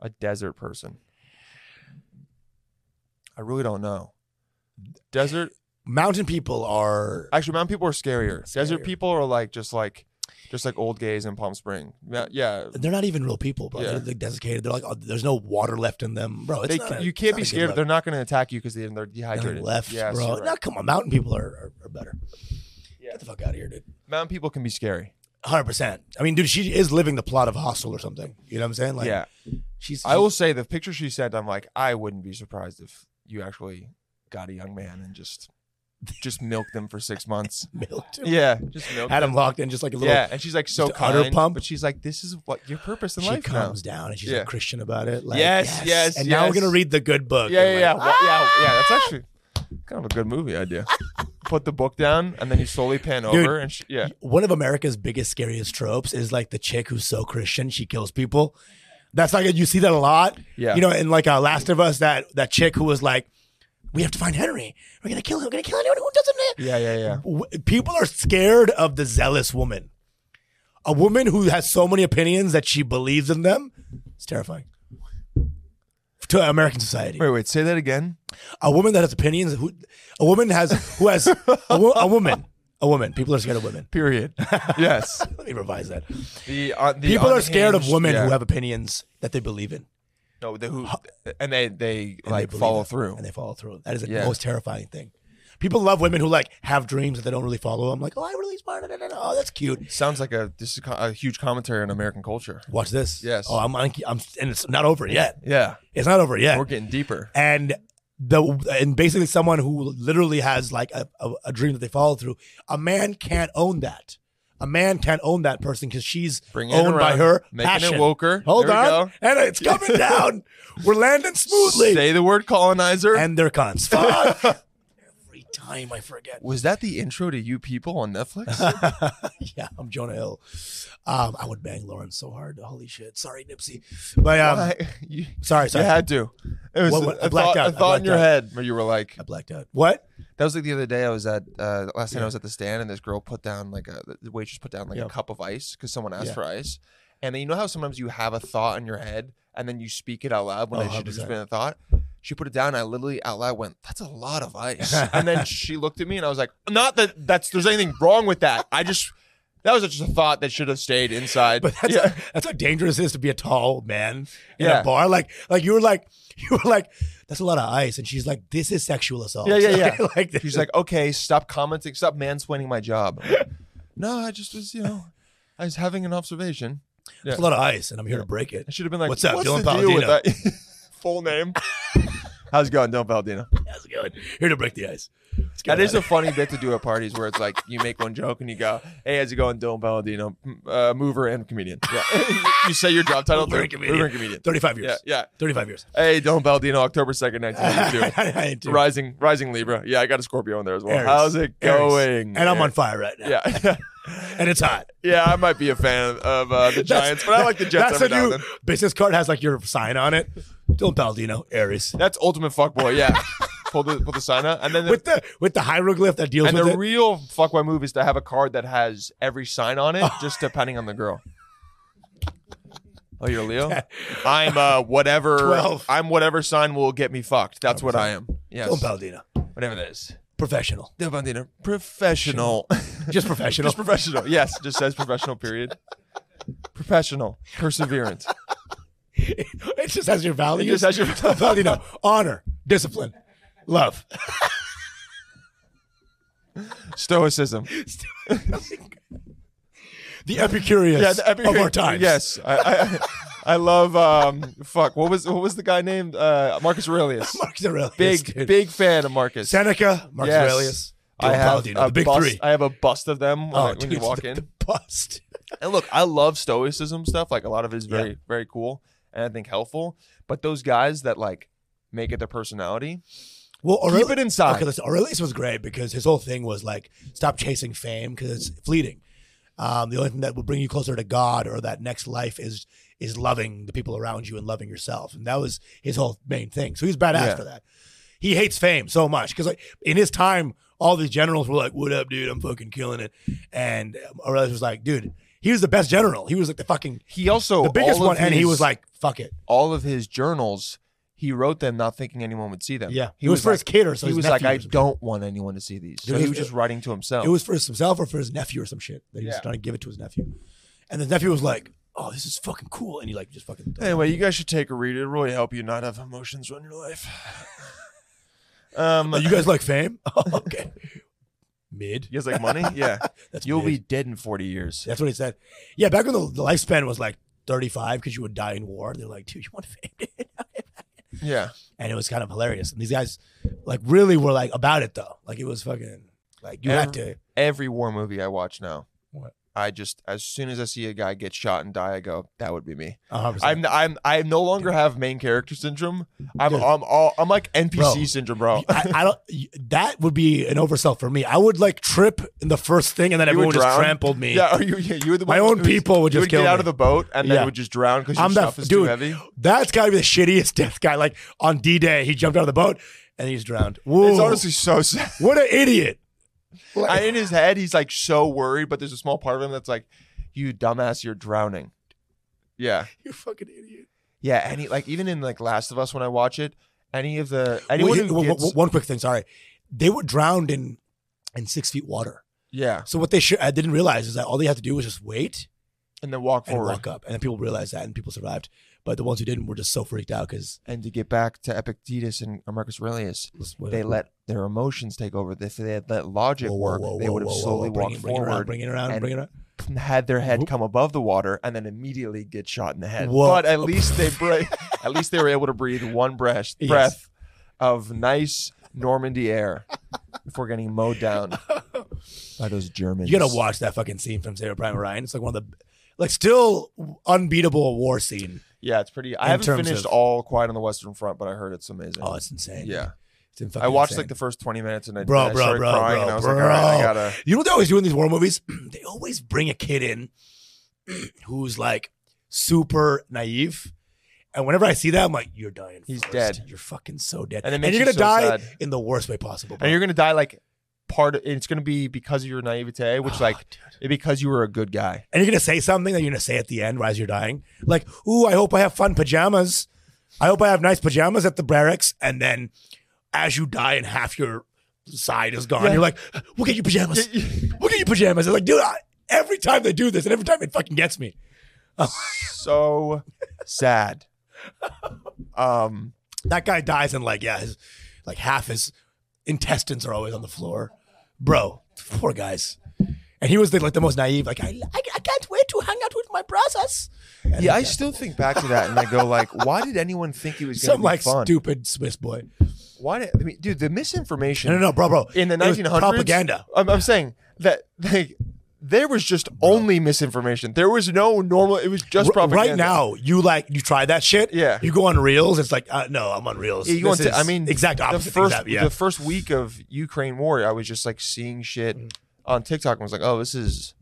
Speaker 1: a desert person? I really don't know. Desert.
Speaker 2: Mountain people are.
Speaker 1: Actually, mountain people are scarier. Desert
Speaker 2: Scarier.
Speaker 1: people are like just like just like old gays in Palm Spring. Yeah, yeah.
Speaker 2: They're not even real people, bro.
Speaker 1: Yeah.
Speaker 2: They're like desiccated. They're like, oh, there's no water left in them, bro. It's
Speaker 1: They,
Speaker 2: not a-
Speaker 1: you
Speaker 2: it's
Speaker 1: can't
Speaker 2: not
Speaker 1: be
Speaker 2: a good
Speaker 1: scared.
Speaker 2: look.
Speaker 1: They're not going to attack you because they're, they're
Speaker 2: Nothing
Speaker 1: dehydrated.
Speaker 2: left,
Speaker 1: Yes,
Speaker 2: bro.
Speaker 1: you're right.
Speaker 2: Now, come on, mountain people are, are, are better.
Speaker 1: Yeah.
Speaker 2: Get the fuck out of here, dude.
Speaker 1: Mountain people can be scary.
Speaker 2: Hundred percent. I mean, dude, she is living the plot of Hostel or something. You know what I'm saying? Like,
Speaker 1: yeah.
Speaker 2: she's.
Speaker 1: I will say the picture she sent. I'm like, I wouldn't be surprised if you actually got a young man and just just milked them for six months.
Speaker 2: milked him.
Speaker 1: Yeah, just milked.
Speaker 2: Had him locked in just like a little.
Speaker 1: yeah, and she's like so
Speaker 2: just udder
Speaker 1: kind,
Speaker 2: pump.
Speaker 1: but she's like, this is what your purpose in
Speaker 2: She
Speaker 1: life now.
Speaker 2: comes down and she's
Speaker 1: Yeah.
Speaker 2: like Christian about it. Like,
Speaker 1: Yes, yes,
Speaker 2: And now we're
Speaker 1: yes.
Speaker 2: gonna read the good book.
Speaker 1: Yeah,
Speaker 2: and
Speaker 1: yeah,
Speaker 2: like, "Ah!"
Speaker 1: yeah, Well, yeah, yeah. That's actually kind of a good movie idea. Put the book down, and then you slowly pan
Speaker 2: Dude,
Speaker 1: over, and she, yeah,
Speaker 2: one of America's biggest, scariest tropes is like the chick who's so Christian she kills people. That's like you see that a lot.
Speaker 1: Yeah.
Speaker 2: You know, in like uh, Last of Us, that that chick who was like, "We have to find Henry. We're gonna kill him. We're gonna kill anyone who doesn't."
Speaker 1: yeah, yeah, yeah.
Speaker 2: W- People are scared of the zealous woman, a woman who has so many opinions that she believes in them. It's terrifying to American society.
Speaker 1: Wait, wait, say that again.
Speaker 2: A woman that has opinions. Who, a woman has who has a, wo- a woman. A woman. People are scared of women.
Speaker 1: Period. yes.
Speaker 2: Let me revise that.
Speaker 1: The, uh, the
Speaker 2: People are scared of
Speaker 1: unhinged-
Speaker 2: women
Speaker 1: yeah.
Speaker 2: who have opinions that they believe in.
Speaker 1: no, the, who, and they they
Speaker 2: and they
Speaker 1: like
Speaker 2: believe
Speaker 1: follow
Speaker 2: it,
Speaker 1: through.
Speaker 2: And they follow through. That is the
Speaker 1: Yeah.
Speaker 2: most terrifying thing. People love women who like have dreams that they don't really follow. I'm like, oh, I really smart. da, da, da, da. Oh, that's cute.
Speaker 1: Sounds like a this is co- a huge commentary on American culture.
Speaker 2: Watch this.
Speaker 1: Yes.
Speaker 2: Oh, I'm, I'm, I'm, and it's not over yet.
Speaker 1: Yeah,
Speaker 2: It's not over yet.
Speaker 1: we're getting deeper.
Speaker 2: and the and basically someone who literally has like a, a, a dream that they follow through a man can't own that a man can't own that person because she's
Speaker 1: Bring it
Speaker 2: owned by
Speaker 1: around,
Speaker 2: her
Speaker 1: making
Speaker 2: passion
Speaker 1: it woker.
Speaker 2: hold
Speaker 1: There we
Speaker 2: on
Speaker 1: go.
Speaker 2: and it's coming down we're landing smoothly
Speaker 1: Say the word colonizer.
Speaker 2: and they're cons Fuck. every time i forget
Speaker 1: was that the intro to You People on Netflix?
Speaker 2: Um, yeah i'm jonah hill um i would bang lauren so hard holy shit sorry nipsey but um
Speaker 1: I, you,
Speaker 2: sorry
Speaker 1: you
Speaker 2: sorry
Speaker 1: had to. It was
Speaker 2: What- what-
Speaker 1: a,
Speaker 2: I blacked
Speaker 1: thought,
Speaker 2: out,
Speaker 1: a
Speaker 2: I
Speaker 1: thought in
Speaker 2: blacked
Speaker 1: your
Speaker 2: out.
Speaker 1: head where you were like,
Speaker 2: i blacked out what
Speaker 1: that was like the other day. I was at uh, last night. I was at the stand, and this girl put down like a the waitress put down like
Speaker 2: Yeah.
Speaker 1: a cup of ice because someone asked
Speaker 2: Yeah.
Speaker 1: for ice. And then you know how sometimes you have a thought in your head and then you speak it out loud when
Speaker 2: Oh,
Speaker 1: it should have just
Speaker 2: 100%.
Speaker 1: been a thought. She put it down. And I literally out loud went, "That's a lot of ice." and then she looked at me and I was like, "Not that that's there's anything wrong with that. I just that was just a thought that should have stayed inside."
Speaker 2: But that's
Speaker 1: yeah.
Speaker 2: that's how dangerous it is to be a tall man in
Speaker 1: Yeah.
Speaker 2: a bar. Like like you were like you were like that's a lot of ice, and she's like this is sexual assault.
Speaker 1: Yeah, yeah, yeah.
Speaker 2: like, like this
Speaker 1: She's
Speaker 2: is-
Speaker 1: like, okay, stop commenting, stop mansplaining my job. I'm like, no, I just was, you know, I was having an observation.
Speaker 2: that's a lot of ice, and I'm here to break it.
Speaker 1: I should have been like,
Speaker 2: What's up, Dylan
Speaker 1: the deal with
Speaker 2: Palladino?"
Speaker 1: that? Full name. How's it going, Dylan Paladino?
Speaker 2: That's good. Here to break the ice.
Speaker 1: That is a funny bit to do at parties where it's like you make one joke and you go, "Hey, how's it going, Dylan Palladino, m- uh, mover and comedian?" Yeah. you say your job title,
Speaker 2: Mover
Speaker 1: mover
Speaker 2: and comedian.
Speaker 1: mover and comedian.
Speaker 2: 35 years.
Speaker 1: Yeah, yeah.
Speaker 2: 35 years.
Speaker 1: Hey, Dylan Palladino, October second, nineteen eighty-two.
Speaker 2: I ain't doing-
Speaker 1: Rising, rising Libra. Yeah, I got a Scorpio in there as well.
Speaker 2: Aries.
Speaker 1: How's it
Speaker 2: Aries.
Speaker 1: going?
Speaker 2: And I'm on fire right now.
Speaker 1: Yeah,
Speaker 2: And it's hot.
Speaker 1: yeah. I might be a fan of uh, the
Speaker 2: That's-
Speaker 1: Giants, but I like the Jets
Speaker 2: That's
Speaker 1: every
Speaker 2: a
Speaker 1: now
Speaker 2: new
Speaker 1: and then.
Speaker 2: business card has like your sign on it. Dylan Palladino, Aries.
Speaker 1: That's ultimate fuckboy. Yeah, pull the pull the sign out, and then the,
Speaker 2: With the with the hieroglyph that deals
Speaker 1: and
Speaker 2: with
Speaker 1: the
Speaker 2: it.
Speaker 1: real fuckboy move is to have a card that has every sign on it, just depending on the girl. Oh, you're Leo. I'm uh whatever.
Speaker 2: 12.
Speaker 1: I'm whatever sign will get me fucked. That's what I am. Yes,
Speaker 2: Dylan Palladino,
Speaker 1: whatever that is.
Speaker 2: professional.
Speaker 1: Del Bandino, professional.
Speaker 2: Just professional.
Speaker 1: Just professional. Yes, just says professional. Period. Professional, perseverant.
Speaker 2: it just has your values.
Speaker 1: It just has your-
Speaker 2: Dylan Palladino, honor, discipline, love.
Speaker 1: Stoicism.
Speaker 2: The Epicurious
Speaker 1: Yeah, the Epic-
Speaker 2: of our times.
Speaker 1: Yes, I, I, I love. Um, fuck, what was what was the guy named? Uh, Marcus Aurelius.
Speaker 2: Marcus Aurelius.
Speaker 1: big
Speaker 2: dude.
Speaker 1: big fan of Marcus.
Speaker 2: Seneca, Marcus
Speaker 1: Yes.
Speaker 2: Aurelius, Dylan
Speaker 1: I have
Speaker 2: Palladino,
Speaker 1: a
Speaker 2: the big
Speaker 1: bust,
Speaker 2: three. Oh,
Speaker 1: I have a bust of them when, I- when
Speaker 2: dude,
Speaker 1: you walk
Speaker 2: the-
Speaker 1: in.
Speaker 2: the bust.
Speaker 1: And look, I love stoicism stuff. Like a lot of it is very very cool and I think helpful. But those guys that like make it their personality,
Speaker 2: Well, Aurelius,
Speaker 1: keep it inside.
Speaker 2: Oh, Okay, listen, Aurelius was great because his whole thing was like, stop chasing fame because it's fleeting. Um, the only thing that will bring you closer to God or that next life is is loving the people around you and loving yourself, and that was his whole main thing. So he was badass
Speaker 1: Yeah.
Speaker 2: for that. He hates fame so much because like in his time, all these generals were like, "What up, dude? I'm fucking killing it," and Aurelius was like, "Dude, he was the best general. He was like the fucking
Speaker 1: he also
Speaker 2: the biggest
Speaker 1: Oh, all of
Speaker 2: one," and he
Speaker 1: his-
Speaker 2: was like, "Fuck it."
Speaker 1: all of his journals. He wrote them not thinking anyone would see them.
Speaker 2: Yeah,
Speaker 1: he
Speaker 2: it was, for his
Speaker 1: like,
Speaker 2: kid or so.
Speaker 1: he
Speaker 2: his
Speaker 1: was like,
Speaker 2: nephew or
Speaker 1: I
Speaker 2: something.
Speaker 1: don't want anyone to see these. So
Speaker 2: Dude,
Speaker 1: he
Speaker 2: it
Speaker 1: was
Speaker 2: was-
Speaker 1: just writing to himself.
Speaker 2: It was for himself or for his nephew or some shit that he was
Speaker 1: Oh. Yeah.
Speaker 2: trying to give it to his nephew. And his nephew was like, "Oh, this is fucking cool," and he like just fucking.
Speaker 1: Anyway, you guys should take a read. It'll really help you not have emotions run your life. um,
Speaker 2: Oh, you guys like fame? Oh, okay. Mid.
Speaker 1: you guys like money? Yeah.
Speaker 2: That's
Speaker 1: You'll be
Speaker 2: mid.
Speaker 1: dead in 40 years.
Speaker 2: That's what he said. Yeah, back when the, the lifespan was like 35 because you would die in war. They're like, "Dude, you want fame?" dude?"
Speaker 1: Yeah.
Speaker 2: and it was kind of hilarious. And these guys, like, really were like about it though. Like it was fucking like you
Speaker 1: Ever-
Speaker 2: have to.
Speaker 1: Every war movie I watch now.
Speaker 2: What?
Speaker 1: I just as soon as I see a guy get shot and die, I go, that would be me.
Speaker 2: 100%.
Speaker 1: I'm I'm I no longer have main character syndrome. I'm
Speaker 2: Dude.
Speaker 1: I'm all I'm like NPC
Speaker 2: Bro.
Speaker 1: syndrome, bro.
Speaker 2: I, I don't. y- That would be an oversell for me. I would like trip in the first thing, and then
Speaker 1: You would
Speaker 2: everyone just
Speaker 1: drown?
Speaker 2: trampled me.
Speaker 1: Yeah, are you, yeah, you were the
Speaker 2: My
Speaker 1: one
Speaker 2: own
Speaker 1: who was-
Speaker 2: people would
Speaker 1: you
Speaker 2: just
Speaker 1: get
Speaker 2: kill
Speaker 1: out
Speaker 2: me.
Speaker 1: of the boat and then
Speaker 2: Yeah.
Speaker 1: you would just drown because your
Speaker 2: I'm that-
Speaker 1: stuff is too
Speaker 2: dude.
Speaker 1: heavy.
Speaker 2: That's got to be the shittiest death guy. Like on D Day, he jumped out of the boat and he's drowned. Whoa.
Speaker 1: It's honestly so sad.
Speaker 2: what an idiot.
Speaker 1: I, in his head, he's like so worried, but there's a small part of him that's like, "You dumbass, you're drowning." Yeah,
Speaker 2: You fucking idiot.
Speaker 1: yeah. Any like even in like Last of Us when I watch it, any of the
Speaker 2: Well,
Speaker 1: anyone
Speaker 2: you-
Speaker 1: who
Speaker 2: one-
Speaker 1: gets-
Speaker 2: one- one quick thing, sorry. They were drowned in in six feet water.
Speaker 1: yeah,
Speaker 2: So what they should I didn't realize is that all they had to do was just wait
Speaker 1: and then walk
Speaker 2: and
Speaker 1: forward
Speaker 2: walk up. And then people realized that and people survived. But the ones who didn't were just so freaked out because
Speaker 1: and to get back to Epictetus and Marcus Aurelius, they let their emotions take over. If they had let logic work, they would have slowly walked
Speaker 2: bring it,
Speaker 1: forward,
Speaker 2: Bring it around,
Speaker 1: and-
Speaker 2: bring it around,
Speaker 1: and had their head
Speaker 2: Whoop.
Speaker 1: come above the water, and then immediately get shot in the head.
Speaker 2: Whoa.
Speaker 1: But at least they break. at least they were able to breathe one breath,
Speaker 2: Yes.
Speaker 1: breath of nice Normandy air before getting mowed down by those Germans.
Speaker 2: You gotta watch that fucking scene from Saving Private Ryan. It's like one of the like still unbeatable war scene.
Speaker 1: Yeah, it's pretty. I
Speaker 2: In
Speaker 1: haven't
Speaker 2: terms
Speaker 1: finished
Speaker 2: of-
Speaker 1: all Quiet on the Western Front, but I heard it's amazing.
Speaker 2: Oh, it's insane.
Speaker 1: yeah,
Speaker 2: It's in fucking
Speaker 1: I watched
Speaker 2: insane.
Speaker 1: like the first twenty minutes and I,
Speaker 2: Bro,
Speaker 1: and I
Speaker 2: bro,
Speaker 1: started
Speaker 2: bro,
Speaker 1: crying
Speaker 2: bro,
Speaker 1: and I was like, all right, I
Speaker 2: bro.
Speaker 1: gotta.
Speaker 2: You know what they always do in these war movies? they always bring a kid in who's like super naive. And whenever I see that, I'm like, you're dying.
Speaker 1: He's
Speaker 2: first.
Speaker 1: dead.
Speaker 2: You're fucking so dead.
Speaker 1: And
Speaker 2: And,
Speaker 1: it makes
Speaker 2: you're
Speaker 1: you
Speaker 2: gonna
Speaker 1: so
Speaker 2: die
Speaker 1: sad.
Speaker 2: in the worst way possible. bro.
Speaker 1: And you're gonna die like part. Of, it's gonna be because of your naivete, which
Speaker 2: Oh,
Speaker 1: like
Speaker 2: dude.
Speaker 1: because you were a good guy.
Speaker 2: and you're gonna say something that you're gonna say at the end as you're dying. Like, ooh, I hope I have fun pajamas. I hope I have nice pajamas at the barracks. And then as you die and half your side is gone,
Speaker 1: Yeah.
Speaker 2: you're like, we'll get you pajamas. we'll get you pajamas. It's like, dude, I, every time they do this, and every time it fucking gets me.
Speaker 1: so sad. Um,
Speaker 2: That guy dies and like, yeah, his like half his intestines are always on the floor. Bro, poor guys. And he was the, like the most naive. Like, I, I, I can't wait to hang out with my brothers. And
Speaker 1: yeah, I
Speaker 2: like,
Speaker 1: still think back to that and I go like, why did anyone think it was gonna
Speaker 2: some
Speaker 1: be
Speaker 2: like
Speaker 1: fun?
Speaker 2: stupid Swiss boy.
Speaker 1: Why? Did, I mean, dude, the misinformation
Speaker 2: No, no, no, bro, bro.
Speaker 1: in the
Speaker 2: It was
Speaker 1: 1900s.
Speaker 2: propaganda.
Speaker 1: I'm, I'm saying that like there was just only misinformation. There was no normal. It was just
Speaker 2: R-
Speaker 1: propaganda.
Speaker 2: Right now, you like you try that shit.
Speaker 1: Yeah.
Speaker 2: You go on reels. It's like uh, no, I'm on reels.
Speaker 1: Yeah, you go
Speaker 2: This
Speaker 1: into- I
Speaker 2: is
Speaker 1: mean,
Speaker 2: exact
Speaker 1: the
Speaker 2: opposite.
Speaker 1: first
Speaker 2: exact- yeah.
Speaker 1: the first week of Ukraine war, I was just like seeing shit
Speaker 2: Mm.
Speaker 1: on TikTok and was like, oh, this is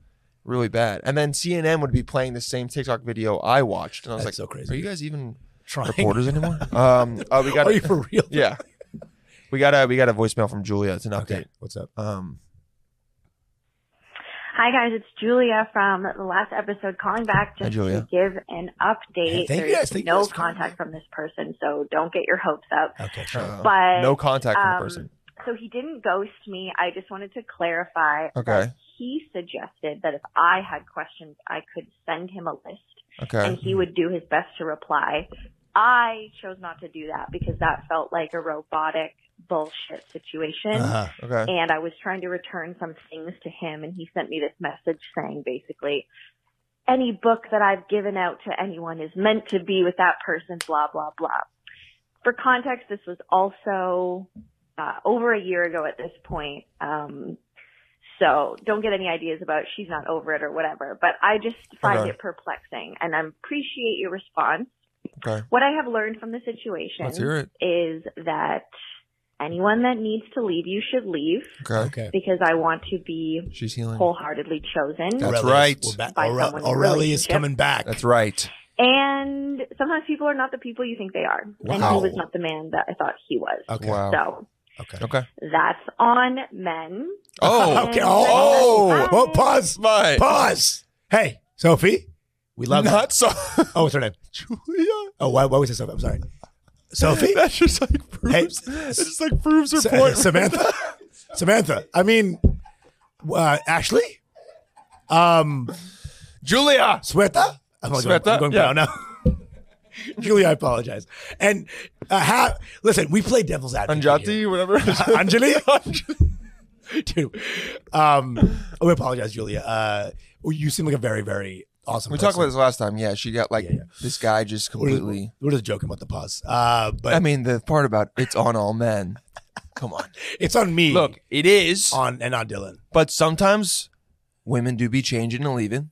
Speaker 1: really bad. And then CNN would be playing the same TikTok video I watched, and I was
Speaker 2: That's
Speaker 1: like,
Speaker 2: so crazy.
Speaker 1: Are you guys even
Speaker 2: Trying.
Speaker 1: reporters anymore? um, uh, we got
Speaker 2: Are you for real?
Speaker 1: yeah, we got a we got a voicemail from Julia. It's an update.
Speaker 2: Okay. What's up?
Speaker 1: Um,
Speaker 3: Hi guys, it's Julia from the last episode calling back
Speaker 1: Hi,
Speaker 3: just
Speaker 1: Julia.
Speaker 3: to give an update.
Speaker 2: Hey, thank you
Speaker 3: There's
Speaker 2: guys, thank you
Speaker 3: no
Speaker 2: guys for calling
Speaker 3: contact from this person, so don't get your hopes up.
Speaker 2: Okay. Sure.
Speaker 1: uh,
Speaker 3: But
Speaker 1: no contact from
Speaker 3: um,
Speaker 1: the person.
Speaker 3: So he didn't ghost me. I just wanted to clarify.
Speaker 1: Okay.
Speaker 3: That he suggested that if I had questions, I could send him a list
Speaker 1: Okay.
Speaker 3: um, and he would do his best to reply. I chose not to do that because that felt like a robotic bullshit situation.
Speaker 2: Uh-huh.
Speaker 1: Okay.
Speaker 3: and I was trying to return some things to him and he sent me this message saying basically any book that I've given out to anyone is meant to be with that person blah blah blah. For context this was also uh, over a year ago at this point um so don't get any ideas about she's not over it or whatever but I just find
Speaker 1: Okay.
Speaker 3: it perplexing and I appreciate your response.
Speaker 1: Okay.
Speaker 3: What I have learned from the situation
Speaker 1: Let's hear it.
Speaker 3: is that anyone that needs to leave you should leave
Speaker 1: Okay.
Speaker 2: Okay.
Speaker 3: because I want to be
Speaker 1: She's healing.
Speaker 3: wholeheartedly chosen.
Speaker 1: That's
Speaker 2: Aurelius.
Speaker 1: right.
Speaker 2: We're back.
Speaker 3: By
Speaker 2: Aure-
Speaker 3: someone in a
Speaker 2: Aurelius is
Speaker 3: relationship.
Speaker 2: coming back.
Speaker 1: That's right.
Speaker 3: And sometimes people are not the people you think they are. And
Speaker 2: Wow. Oh.
Speaker 3: he was not the man that I thought he was.
Speaker 2: Okay.
Speaker 1: Wow.
Speaker 3: So
Speaker 2: Okay.
Speaker 1: Okay.
Speaker 3: that's on men.
Speaker 1: Oh.
Speaker 2: okay. Oh,
Speaker 3: Bye.
Speaker 2: oh, pause.
Speaker 1: My.
Speaker 2: Pause. Hey, Sophie. We love you.
Speaker 1: Not so.
Speaker 2: Oh, what's her name?
Speaker 1: Julia.
Speaker 2: Oh, why, why was it Sophie? I'm sorry. Sophie?
Speaker 1: That just like
Speaker 2: Hey,
Speaker 1: proves. that just like proves her
Speaker 2: Sa-
Speaker 1: point.
Speaker 2: Samantha? Samantha. I mean, uh, Ashley? Um,
Speaker 1: Julia.
Speaker 2: Sweta? I'm not going,
Speaker 1: Sweta,
Speaker 2: I'm going
Speaker 1: yeah.
Speaker 2: brown now. Julie, I apologize. And uh, ha- listen, we play devil's advocate. here.
Speaker 1: Anjati, whatever.
Speaker 2: Anjali?
Speaker 1: Anjali.
Speaker 2: Dude, um, we apologize, Julia. Uh, you seem like a very, very awesome
Speaker 1: We
Speaker 2: person.
Speaker 1: talked about this last time. Yeah, she got like
Speaker 2: Yeah, yeah.
Speaker 1: this guy just
Speaker 2: We're just-
Speaker 1: completely.
Speaker 2: We're just joking about the pause. Uh, but
Speaker 1: I mean, the part about it's on all men. Come on.
Speaker 2: it's on me.
Speaker 1: Look, Uh, it is.
Speaker 2: on and on Dylan.
Speaker 1: But sometimes women do be changing and leaving.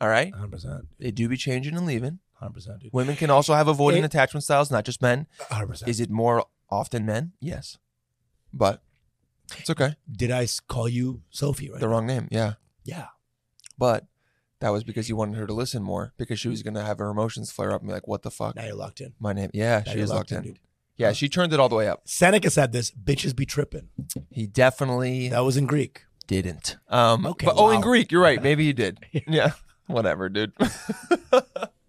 Speaker 1: All right,
Speaker 2: 100%.
Speaker 1: they do be changing and leaving.
Speaker 2: 100%, dude.
Speaker 1: Women can also have avoidant
Speaker 2: It-
Speaker 1: attachment styles, not just men.
Speaker 2: 100%.
Speaker 1: Is it more often men? Yes, but it's okay.
Speaker 2: Did I s- call you Sophie, right?
Speaker 1: The wrong name, yeah.
Speaker 2: yeah.
Speaker 1: But that was because you wanted her to listen more because she was gonna have her emotions flare up and be like, "What the fuck?"
Speaker 2: Now you're locked in.
Speaker 1: My name, yeah,
Speaker 2: Now
Speaker 1: she
Speaker 2: you're
Speaker 1: is locked, in.
Speaker 2: dude.
Speaker 1: Yeah, she turned it all the way up.
Speaker 2: Seneca said this bitches be tripping.
Speaker 1: He definitely
Speaker 2: That was in Greek.
Speaker 1: didn't. Um,
Speaker 2: Okay,
Speaker 1: but oh, in
Speaker 2: wow.
Speaker 1: Greek, you're right. Maybe you did. yeah, whatever, dude.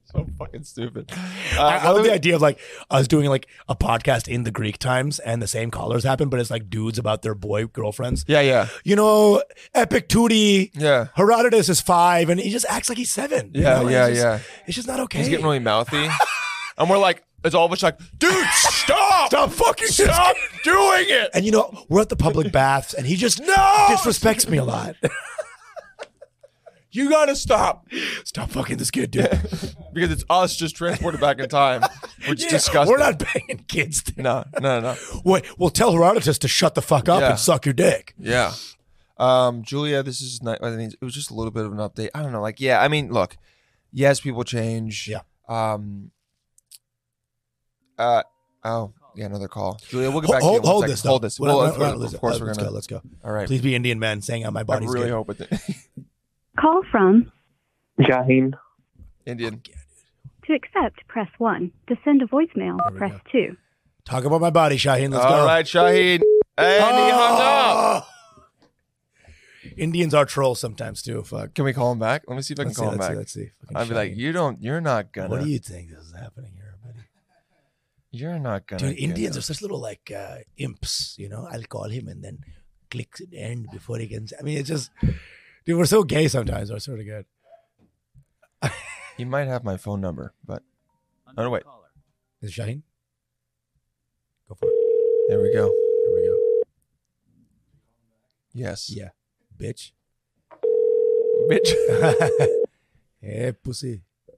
Speaker 1: so fucking stupid. Uh,
Speaker 2: I, I
Speaker 1: what
Speaker 2: love
Speaker 1: do
Speaker 2: the
Speaker 1: we-
Speaker 2: idea of like us doing like a podcast in the Greek times and the same callers happen, but it's like dudes about their boy girlfriends.
Speaker 1: yeah, yeah,
Speaker 2: You know, Epic Tootie,
Speaker 1: yeah.
Speaker 2: Herodotus is five, and he just acts like he's seven. you
Speaker 1: Yeah,
Speaker 2: know? It's
Speaker 1: yeah,
Speaker 2: just-
Speaker 1: yeah.
Speaker 2: It's just not okay.
Speaker 1: He's getting really mouthy, and we're like, it's all of us like, dude, stop,
Speaker 2: Stop fucking
Speaker 1: stop doing it.
Speaker 2: And you know, we're at the public baths, and he just
Speaker 1: No!
Speaker 2: disrespects me a lot.
Speaker 1: You gotta stop
Speaker 2: Stop fucking this kid, dude.
Speaker 1: because it's us just transported back in time, which
Speaker 2: Yeah,
Speaker 1: is disgusting.
Speaker 2: We're not banging kids. dude.
Speaker 1: No, no, no.
Speaker 2: Wait, we'll tell Herodotus to shut the fuck up
Speaker 1: Yeah.
Speaker 2: and suck your dick.
Speaker 1: Yeah. Um, Julia, this is not, I mean, it was just a little bit of an update. I don't know. Like, yeah, I mean, look, yes, people change.
Speaker 2: Yeah.
Speaker 1: Um, uh, oh, yeah, another call. Julia, we'll get back
Speaker 2: hold
Speaker 1: to you. in one
Speaker 2: hold
Speaker 1: second.
Speaker 2: this. Though.
Speaker 1: Hold this.
Speaker 2: We're
Speaker 1: Well,
Speaker 2: not-
Speaker 1: of
Speaker 2: we're
Speaker 1: course-
Speaker 2: not losing-
Speaker 1: of course, we're
Speaker 2: Uh, let's
Speaker 1: going
Speaker 2: go. Let's go.
Speaker 1: to. All right.
Speaker 2: Please be Indian man saying out my
Speaker 1: I
Speaker 2: body's
Speaker 1: really
Speaker 2: good.
Speaker 1: hope it
Speaker 5: Call from
Speaker 6: Shaheen.
Speaker 1: Indian.
Speaker 5: to accept, press 1. To send a voicemail,
Speaker 2: we
Speaker 5: press
Speaker 2: go.
Speaker 5: 2.
Speaker 2: Talk about my body, Shaheen. Let's
Speaker 1: All
Speaker 2: go.
Speaker 1: right, Shaheen. Hey, he hung up.
Speaker 2: Oh! Indians are trolls sometimes too. Fuck.
Speaker 1: Can we call him back? Let me see if I can
Speaker 2: Let's see,
Speaker 1: call him
Speaker 2: let's see,
Speaker 1: back.
Speaker 2: let's see. Fucking
Speaker 1: I'd be like,
Speaker 2: Shaheen.
Speaker 1: you don't, you're not gonna,
Speaker 2: what do you think this is happening here, buddy?
Speaker 1: you, are not gonna.
Speaker 2: Dude,
Speaker 1: get
Speaker 2: Indians
Speaker 1: it."
Speaker 2: are such little like uh, imps. You know, I'll call him and then click end before he can. I mean, it's just, dude, we're so gay sometimes. I swear to God.
Speaker 1: He might have my phone number, but oh no, wait.
Speaker 2: Is it Shaheen? Go for it.
Speaker 1: There we go.
Speaker 2: Here we go.
Speaker 1: Yes.
Speaker 2: Yeah, bitch.
Speaker 1: Bitch.
Speaker 2: Eh, hey, pussy.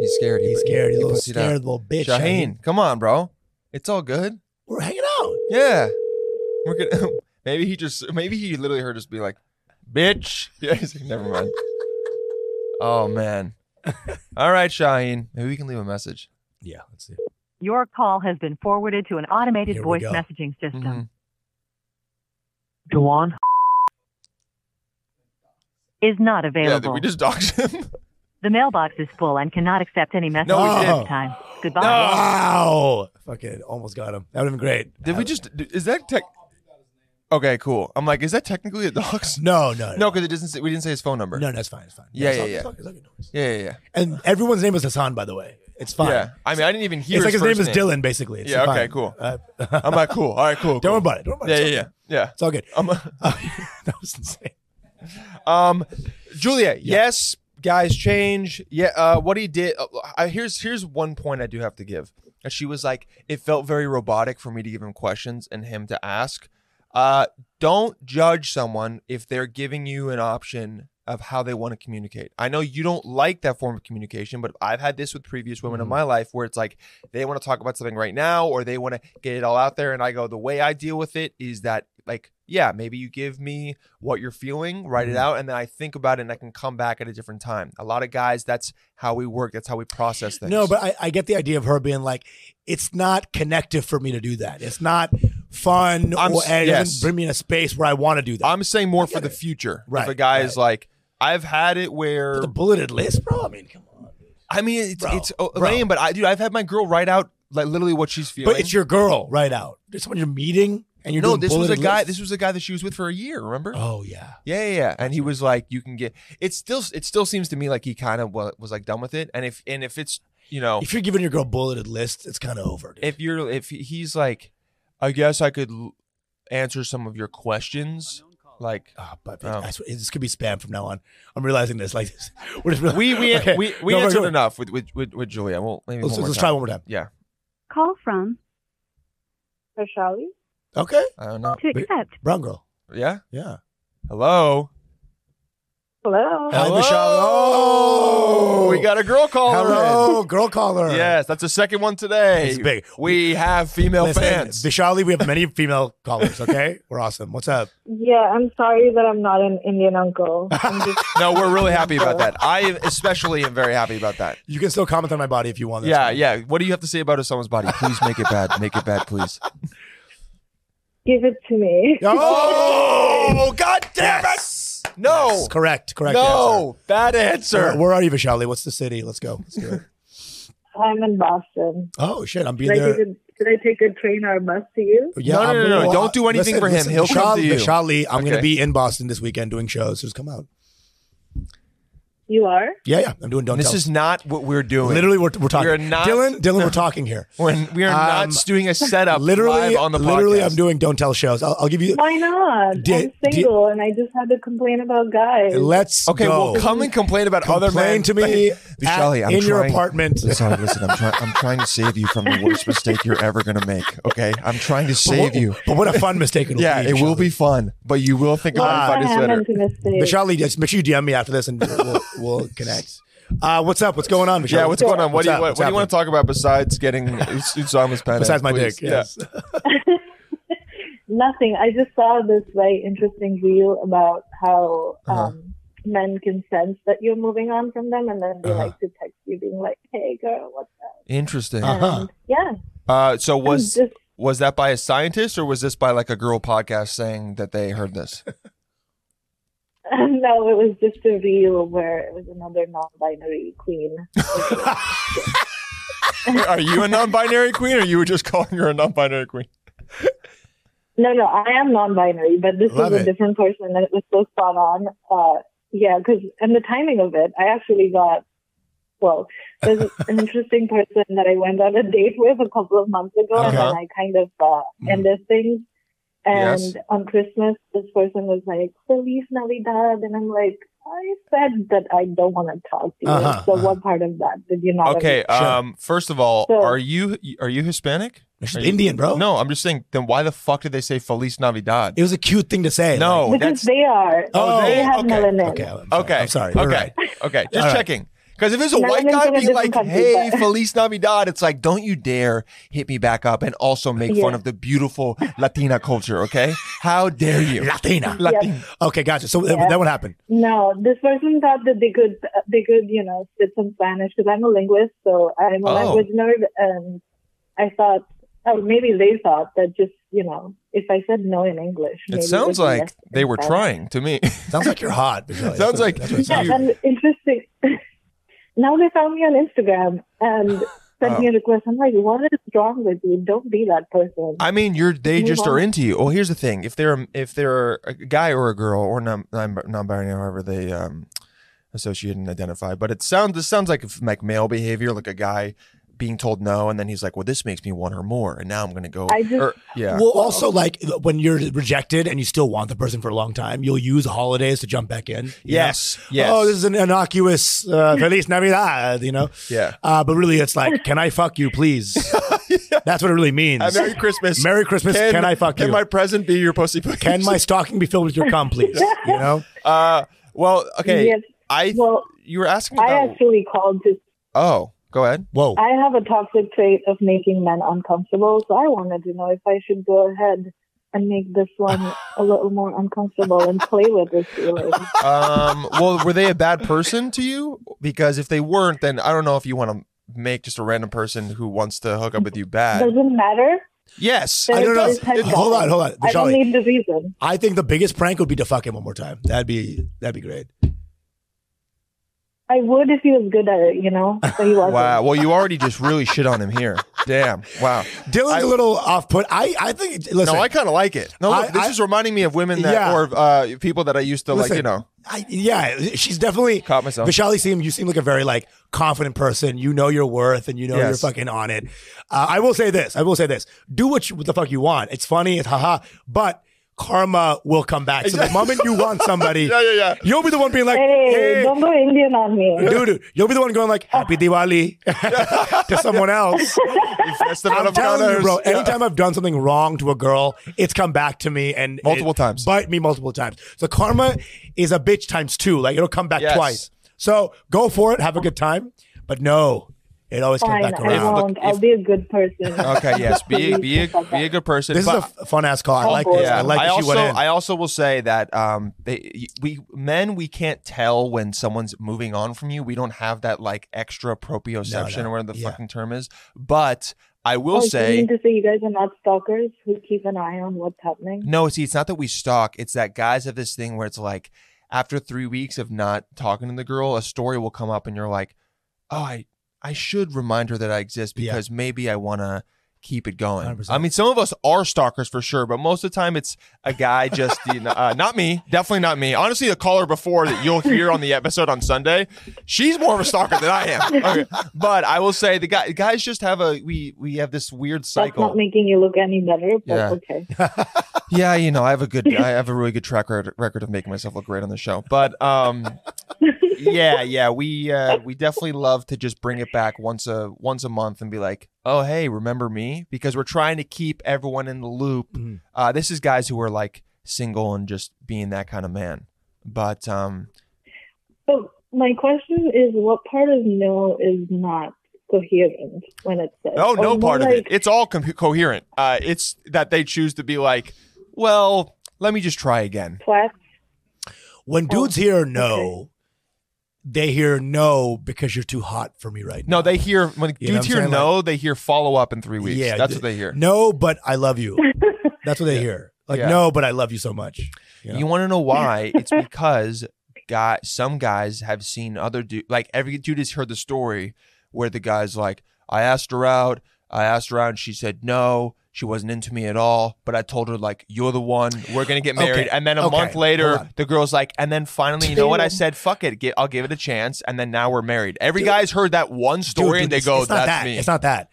Speaker 1: He's scared. He-
Speaker 2: He's scared. He's
Speaker 1: he
Speaker 2: a little
Speaker 1: pussied out.
Speaker 2: scared little bitch.
Speaker 1: Shaheen, come on, bro. It's all good.
Speaker 2: We're hanging out.
Speaker 1: Yeah. We're gonna maybe he just maybe he literally heard us be like, bitch. Yeah, he's like, never mind. Oh man. All right, Shaheen. Maybe we can leave a message.
Speaker 2: Yeah, let's see.
Speaker 7: Your call has been forwarded to an automated
Speaker 2: Here we
Speaker 7: voice
Speaker 2: go. Mm-hmm.
Speaker 7: messaging system.
Speaker 1: Mhm.
Speaker 7: Jawan is not
Speaker 1: Yeah, did
Speaker 7: available.
Speaker 1: we just dox him?
Speaker 7: the mailbox is full and cannot accept any messages
Speaker 1: No, we
Speaker 7: at
Speaker 3: Oh.
Speaker 2: didn't.
Speaker 7: this time. Goodbye.
Speaker 2: Wow. Fucking almost got him. That would have been great.
Speaker 1: Did we just is that tech Okay, cool. I'm like, is that technically a dox?
Speaker 2: No, no.
Speaker 1: No, because it doesn't say we didn't say his phone number.
Speaker 2: No, that's fine. It's fine.
Speaker 1: Yeah,
Speaker 2: it's
Speaker 1: yeah,
Speaker 2: all-
Speaker 1: yeah.
Speaker 2: it's all- it's all good noise.
Speaker 1: Yeah, yeah, yeah.
Speaker 2: And everyone's name is Hassan, by the way. It's fine.
Speaker 1: Yeah. I mean I didn't even hear
Speaker 2: it's like his name
Speaker 1: first
Speaker 2: is Dylan, basically. It's
Speaker 1: Yeah, okay,
Speaker 2: fine.
Speaker 1: cool.
Speaker 2: Uh,
Speaker 1: I'm like, cool. All right, cool.
Speaker 2: don't worry
Speaker 1: cool.
Speaker 2: about it. Don't worry about
Speaker 1: Yeah,
Speaker 2: it.
Speaker 1: yeah, yeah. Yeah.
Speaker 2: It's all good. Uh,
Speaker 1: I'm
Speaker 2: that was insane.
Speaker 1: Um, Julia, yes, guys change. Yeah, uh, what he did. Uh, I, here's here's one point I do have to give. And She was like, it felt very robotic for me to give him questions and him to ask. Uh, don't judge someone if they're giving you an option of how they want to communicate. I know you don't like that form of communication, but I've had this with previous women
Speaker 2: Mm-hmm.
Speaker 1: in my life where it's like they want to talk about something right now or they want to get it all out there. And I go, the way I deal with it is that, like, yeah, maybe you give me what you're feeling, write
Speaker 2: Mm-hmm.
Speaker 1: it out, and then I think about it and I can come back at a different time. A lot of guys, that's how we work, that's how we process things.
Speaker 2: No, but I, I get the idea of her being like, it's not connective for me to do that. It's not fun
Speaker 1: I'm
Speaker 2: or
Speaker 1: s-
Speaker 2: and it doesn't
Speaker 1: yes.
Speaker 2: bring me in a space where I want to do that.
Speaker 1: I'm saying more
Speaker 2: I
Speaker 1: for
Speaker 2: get
Speaker 1: the
Speaker 2: it.
Speaker 1: future. If
Speaker 2: Right,
Speaker 1: a guy is
Speaker 2: right.
Speaker 1: like, I've had it where
Speaker 2: But the bulleted list, bro. I mean, come on.
Speaker 1: I mean, it's
Speaker 2: Bro,
Speaker 1: it's uh,
Speaker 2: bro.
Speaker 1: lame, but I dude, I've had my girl write out like literally what she's feeling.
Speaker 2: But it's your girl right out. There's someone you're meeting and you're
Speaker 1: no.
Speaker 2: doing
Speaker 1: This was a
Speaker 2: bulleted
Speaker 1: guy.
Speaker 2: lists.
Speaker 1: This was a guy that she was with for a year. Remember?
Speaker 2: Oh yeah.
Speaker 1: Yeah, yeah, yeah. And he was like, "You can get." It still, it still seems to me like he kind of was, was like done with it. And if and if it's you know,
Speaker 2: If you're giving your girl bulleted lists, it's kind of over. Dude.
Speaker 1: if you're if he- he's like, I guess I could l- answer some of your questions. Like
Speaker 2: Ah, but
Speaker 1: Oh.
Speaker 2: I swear, this could be spam from now on. I'm realizing this. Like, this. we're just
Speaker 1: we we
Speaker 2: Okay.
Speaker 1: we, we
Speaker 2: No, we're
Speaker 1: answered
Speaker 2: good.
Speaker 1: enough with with with, with Julia. Well, maybe
Speaker 2: Let's,
Speaker 1: one more
Speaker 2: let's
Speaker 1: time.
Speaker 2: try one more time.
Speaker 1: Yeah,
Speaker 8: Call from
Speaker 4: So shall we?
Speaker 2: Okay,
Speaker 1: I don't know.
Speaker 8: to
Speaker 2: Wait.
Speaker 8: accept.
Speaker 2: brown girl.
Speaker 1: Yeah,
Speaker 2: Yeah.
Speaker 1: hello.
Speaker 4: Hello.
Speaker 3: Um,
Speaker 2: Hi, Michelle. Oh,
Speaker 1: we got a girl caller. in.
Speaker 2: hello, girl caller.
Speaker 1: Yes, that's the second one today.
Speaker 2: It's big.
Speaker 1: We have female
Speaker 2: Listen,
Speaker 1: fans.
Speaker 2: Vishali, we have many female callers. Okay, we're awesome. What's up?
Speaker 3: Yeah, I'm sorry um, that I'm not an Indian uncle. I'm just,
Speaker 1: no, we're really happy about that. I am- especially am very happy about that.
Speaker 2: You can still comment on my body if you want. Oh, That's
Speaker 1: yeah,
Speaker 2: fine.
Speaker 1: yeah. What do you have to say about someone's body? Please make it bad. Make it bad, please.
Speaker 3: give it to me.
Speaker 1: Oh, god damn
Speaker 2: Yes.
Speaker 1: it! No,
Speaker 2: Yes, correct. Correct.
Speaker 1: no, bad answer.
Speaker 2: answer. Where, where are you, Vishali? What's the city? Let's go. Let's do it.
Speaker 3: I'm in Boston.
Speaker 2: Oh shit, I'm being
Speaker 3: Did I,
Speaker 2: there.
Speaker 3: take a, did I take a train or a bus to you?
Speaker 1: No, no, no, no, no. Don't do anything for him. He'll come to you.
Speaker 2: Vishali, I'm going
Speaker 1: Okay.
Speaker 2: to be in Boston this weekend doing shows. Just come out.
Speaker 3: You are?
Speaker 2: Yeah, yeah. I'm doing don't
Speaker 1: this
Speaker 2: tell.
Speaker 1: is not what we're doing.
Speaker 2: literally we're, we're talking.
Speaker 1: You're not-
Speaker 2: Dylan, Dylan, we're talking here.
Speaker 1: when we are
Speaker 2: Um,
Speaker 1: not doing a setup.
Speaker 2: Literally,
Speaker 1: live on the
Speaker 2: literally,
Speaker 1: podcast.
Speaker 2: I'm doing don't tell shows. I'll, I'll give you.
Speaker 3: Why not?
Speaker 2: Did-
Speaker 3: I'm single and I just had to complain about guys.
Speaker 2: Let's
Speaker 1: Okay,
Speaker 2: go.
Speaker 1: well, come and complain about other men.
Speaker 2: Complain to me at-
Speaker 1: Vishali, I'm
Speaker 2: in your
Speaker 1: trying-
Speaker 2: apartment.
Speaker 1: Sorry, listen, I'm trying. I'm trying to save you from the worst mistake you're ever gonna make. Okay, I'm trying to save you.
Speaker 2: But what a fun mistake it'll
Speaker 1: Yeah,
Speaker 2: be.
Speaker 1: it will
Speaker 2: Vishali.
Speaker 1: be fun, but you will think
Speaker 3: Lots
Speaker 1: about
Speaker 3: of
Speaker 1: it five
Speaker 3: hammers
Speaker 1: minutes later.
Speaker 3: and mistakes.
Speaker 2: Vishali, just make sure you DM me after this and we'll, we'll, we'll connect. Uh, what's up? What's going on, Vishali?
Speaker 1: Yeah, what's going on? What do you
Speaker 2: up?
Speaker 1: what,
Speaker 2: What's
Speaker 1: what do you want
Speaker 2: happening?
Speaker 1: to talk about besides getting Us- Usama's pen?
Speaker 2: Besides my
Speaker 1: please?
Speaker 2: dick. Yes.
Speaker 3: Nothing. I just saw this very interesting reel about how
Speaker 1: Uh-huh.
Speaker 3: um, men can sense that you're moving on from them and then they
Speaker 2: Uh-huh.
Speaker 3: like to text you being like, hey girl, what's up?
Speaker 1: Interesting.
Speaker 2: Uh-huh.
Speaker 3: And yeah.
Speaker 1: Uh, so was
Speaker 3: I'm just
Speaker 1: was that by a scientist or was this by like a girl podcast saying that they heard this?
Speaker 3: No, it was just a reel where it was another non-binary queen.
Speaker 1: Wait, are you a non-binary queen, or you were just calling her a non-binary queen?
Speaker 3: No, no, I am non-binary, but this
Speaker 2: Love it.
Speaker 3: was a different person, and it was so spot on. Uh, yeah, because and the timing of it, I actually got. Well, there's an interesting person that I went on a date with a couple of months ago, and
Speaker 1: Uh-huh.
Speaker 3: then I kind of uh,
Speaker 2: Mm.
Speaker 3: ended things. And
Speaker 1: Yes.
Speaker 3: on Christmas, this person was like, "Feliz Navidad," and I'm like, "I said that I don't want to talk to you.
Speaker 2: Uh-huh,
Speaker 3: so
Speaker 2: uh-huh.
Speaker 3: what part of that did you not?"
Speaker 1: Okay.
Speaker 2: Sure.
Speaker 1: Um. First of all,
Speaker 3: So-
Speaker 1: are you are you Hispanic?
Speaker 2: She's
Speaker 1: Are you-
Speaker 2: Indian, bro.
Speaker 1: No, I'm just saying. Then why the fuck did they say Feliz Navidad?
Speaker 2: It was a cute thing to say.
Speaker 1: No,
Speaker 2: like-
Speaker 3: Because
Speaker 1: that's
Speaker 3: they are.
Speaker 1: Oh,
Speaker 3: they,
Speaker 1: they-
Speaker 3: have
Speaker 1: okay,
Speaker 3: melanin.
Speaker 2: okay. I'm sorry.
Speaker 1: okay.
Speaker 2: I'm sorry. You're
Speaker 1: Okay.
Speaker 2: right.
Speaker 1: Okay. Just
Speaker 2: All right.
Speaker 1: checking. Because if it's a
Speaker 3: Now
Speaker 1: white
Speaker 3: I'm
Speaker 1: guy
Speaker 3: from a
Speaker 1: being like,
Speaker 3: different country,
Speaker 1: hey,
Speaker 3: but-
Speaker 1: Feliz Navidad, it's like, don't you dare hit me back up and also make fun
Speaker 3: Yeah.
Speaker 1: of the beautiful Latina culture, okay? How dare you?
Speaker 2: Latina.
Speaker 1: Latin-
Speaker 2: Okay, gotcha. So
Speaker 3: Yeah.
Speaker 2: that would happen.
Speaker 3: No, this person thought that they could uh, they could you know spit some Spanish because I'm a linguist, so I'm a
Speaker 1: Oh.
Speaker 3: language nerd, and I thought, or maybe they thought that just you know if I said no in English, maybe
Speaker 1: It sounds
Speaker 3: would
Speaker 1: like
Speaker 3: be less
Speaker 1: they were
Speaker 3: than
Speaker 1: trying to me.
Speaker 2: Sounds like you're hot. Vijay. That's
Speaker 1: Sounds
Speaker 2: what-
Speaker 1: like
Speaker 2: that's what it
Speaker 3: that.
Speaker 1: you-
Speaker 2: sounds
Speaker 3: Yeah, and interesting. now they found me on Instagram and sent
Speaker 1: Oh.
Speaker 3: me a request. I'm like, what is wrong with you? Don't be that person.
Speaker 1: I mean, you're they
Speaker 3: Move
Speaker 1: just
Speaker 3: on.
Speaker 1: are into you. Well, here's the thing: if they're if they're a guy or a girl or non non- non-binary, however they um, associate and identify, but it sounds this sounds like like male behavior, like a guy being told no, and then he's like, "Well, this makes me want her more," and now I'm gonna go.
Speaker 3: I just-
Speaker 1: or- yeah,
Speaker 2: Well, also like when you're rejected and you still want the person for a long time, you'll use holidays to jump back in. you
Speaker 1: yes,
Speaker 2: know?
Speaker 1: yes,
Speaker 2: Oh, this is an innocuous uh, Feliz Navidad, you know.
Speaker 1: yeah.
Speaker 2: Uh, but really, it's like, can I fuck you, please? That's what it really means.
Speaker 1: Uh, Merry Christmas.
Speaker 2: Merry Christmas. Can, I fuck
Speaker 1: can
Speaker 2: you?
Speaker 1: my present be your pussy? please?
Speaker 2: can my stocking be filled with your cum, please? You know.
Speaker 1: Uh, well, okay. Oh.
Speaker 3: Yes.
Speaker 1: I
Speaker 3: Well,
Speaker 1: you were asking
Speaker 3: I
Speaker 1: about.
Speaker 3: actually called to
Speaker 1: oh, go ahead.
Speaker 2: Whoa.
Speaker 3: I have a toxic trait of making men uncomfortable, so I wanted to know if I should go ahead and make this one a little more uncomfortable and play with this feeling.
Speaker 1: um well were they a bad person to you because if they weren't then i don't know if you want to make just a random person who wants to hook up with you bad
Speaker 3: Doesn't matter.
Speaker 1: yes
Speaker 3: There's
Speaker 2: I don't know.
Speaker 3: this type of-
Speaker 2: Hold on, hold on,
Speaker 3: I don't
Speaker 2: Vishali.
Speaker 3: need the reason.
Speaker 2: I think the biggest prank would be to fuck him one more time. That'd be that'd be great.
Speaker 3: I would if he was good at it, you know. But he wasn't.
Speaker 1: wow well you already just really shit on him here damn wow
Speaker 2: Dylan's
Speaker 1: I-
Speaker 2: a little off put. I I think listen.
Speaker 1: no i kind of like it no look,
Speaker 2: I-
Speaker 1: this
Speaker 2: I-
Speaker 1: is reminding me of women that
Speaker 2: Yeah.
Speaker 1: or uh people that i used to like
Speaker 2: Listen.
Speaker 1: you know
Speaker 2: I, yeah, she's definitely
Speaker 1: caught myself
Speaker 2: Vishali seem you seem like a very like confident person. You know your worth and you know you're
Speaker 1: Yes.
Speaker 2: fucking on it. Uh, I will say this. I will say this. Do what, you, what the fuck you want. It's funny. It's haha. But karma will come back. So the moment you want somebody,
Speaker 1: yeah yeah yeah
Speaker 2: you'll be the one being like,
Speaker 3: Hey,
Speaker 2: hey,
Speaker 3: don't go Indian on me.
Speaker 2: dude, dude, you'll be the one going like, happy Diwali to someone else.
Speaker 1: If that's the amount
Speaker 2: I'm
Speaker 1: of
Speaker 2: telling you,
Speaker 1: counters-
Speaker 2: bro.
Speaker 1: Yeah.
Speaker 2: Anytime I've done something wrong to a girl, it's come back to me and
Speaker 1: Multiple
Speaker 2: it
Speaker 1: times.
Speaker 2: bite me multiple times. So karma is a bitch times two. Like it'll come back
Speaker 1: Yes.
Speaker 2: twice. So go for it, have a good time. But no, it always
Speaker 3: Fine,
Speaker 2: comes back
Speaker 3: I
Speaker 2: around.
Speaker 1: Look,
Speaker 3: won't. I'll
Speaker 1: if-
Speaker 3: be a good person.
Speaker 1: okay yes be a, be a, be a good person
Speaker 2: This is
Speaker 1: but-
Speaker 2: a fun ass call. I
Speaker 3: Oh,
Speaker 2: like
Speaker 3: boy.
Speaker 2: this.
Speaker 1: Yeah,
Speaker 2: I like that she
Speaker 1: also,
Speaker 2: went in.
Speaker 1: I also will say that um, they we men we can't tell when someone's moving on from you. We don't have that like extra proprioception
Speaker 2: No, no.
Speaker 1: or whatever the
Speaker 2: Yeah.
Speaker 1: fucking term is. But I will
Speaker 3: Oh, so you
Speaker 1: say.
Speaker 3: mean to say you guys are not stalkers who keep an eye on what's happening?
Speaker 1: No, see, it's not that we stalk. It's that guys have this thing where it's like, after three weeks of not talking to the girl, a story will come up, and you're like, "Oh, I I should remind her that I exist
Speaker 2: Yeah.
Speaker 1: because maybe I want to keep it going."
Speaker 2: 100%.
Speaker 1: I mean, some of us are stalkers for sure, but most of the time it's a guy just you know, uh, not me, definitely not me. Honestly, the caller before that you'll hear on the episode on Sunday, she's more of a stalker than I am. Okay. But I will say the guy guys just have a we we have this weird
Speaker 3: That's
Speaker 1: cycle.
Speaker 3: not making you look any better, but
Speaker 1: Yeah.
Speaker 3: okay.
Speaker 1: Yeah, you know, I have a good, I have a really good track record, record of making myself look great on the show. But um, yeah, yeah, we uh, we definitely love to just bring it back once a once a month and be like, oh hey, remember me? Because we're trying to keep everyone in the loop.
Speaker 2: Mhm.
Speaker 1: Uh, this is guys who are like single and just being that kind of man. But um,
Speaker 3: So my question is, what part of no is not coherent when it's said?
Speaker 1: no, oh, no
Speaker 3: Or
Speaker 1: part of
Speaker 3: more
Speaker 1: it. It's all com- coherent. Uh, it's that they choose to be like, well, let me just try again.
Speaker 3: like twat?
Speaker 2: when
Speaker 3: Oh,
Speaker 2: dudes hear no, they hear no because you're too hot for me right now.
Speaker 1: No, they hear when
Speaker 2: You know what
Speaker 1: dudes
Speaker 2: I'm
Speaker 1: hear
Speaker 2: saying?
Speaker 1: no, they hear follow up in three weeks.
Speaker 2: Yeah,
Speaker 1: that's
Speaker 2: the-
Speaker 1: what they hear.
Speaker 2: No, but I love you. That's what they hear. Like
Speaker 1: Yeah.
Speaker 2: no, but I love you so much. You know?
Speaker 1: You want to know why? it's because guy, some guys have seen other dude. Like every dude has heard the story where the guy's like, "I asked her out. I asked her out, and she said no. She wasn't into me at all. But I told her like, you're the one. We're gonna get
Speaker 2: Okay,
Speaker 1: married. And then a
Speaker 2: okay,
Speaker 1: month
Speaker 2: hold
Speaker 1: later,
Speaker 2: on.
Speaker 1: the girl's like, and then finally, you know what? I said, fuck it. gi- I'll give it a chance. And then now we're married. Every guy's heard that one story,
Speaker 2: Dude,
Speaker 1: and
Speaker 2: dude,
Speaker 1: they
Speaker 2: it's-
Speaker 1: go,
Speaker 2: it's
Speaker 1: "That's
Speaker 2: not that.
Speaker 1: me."
Speaker 2: It's not that.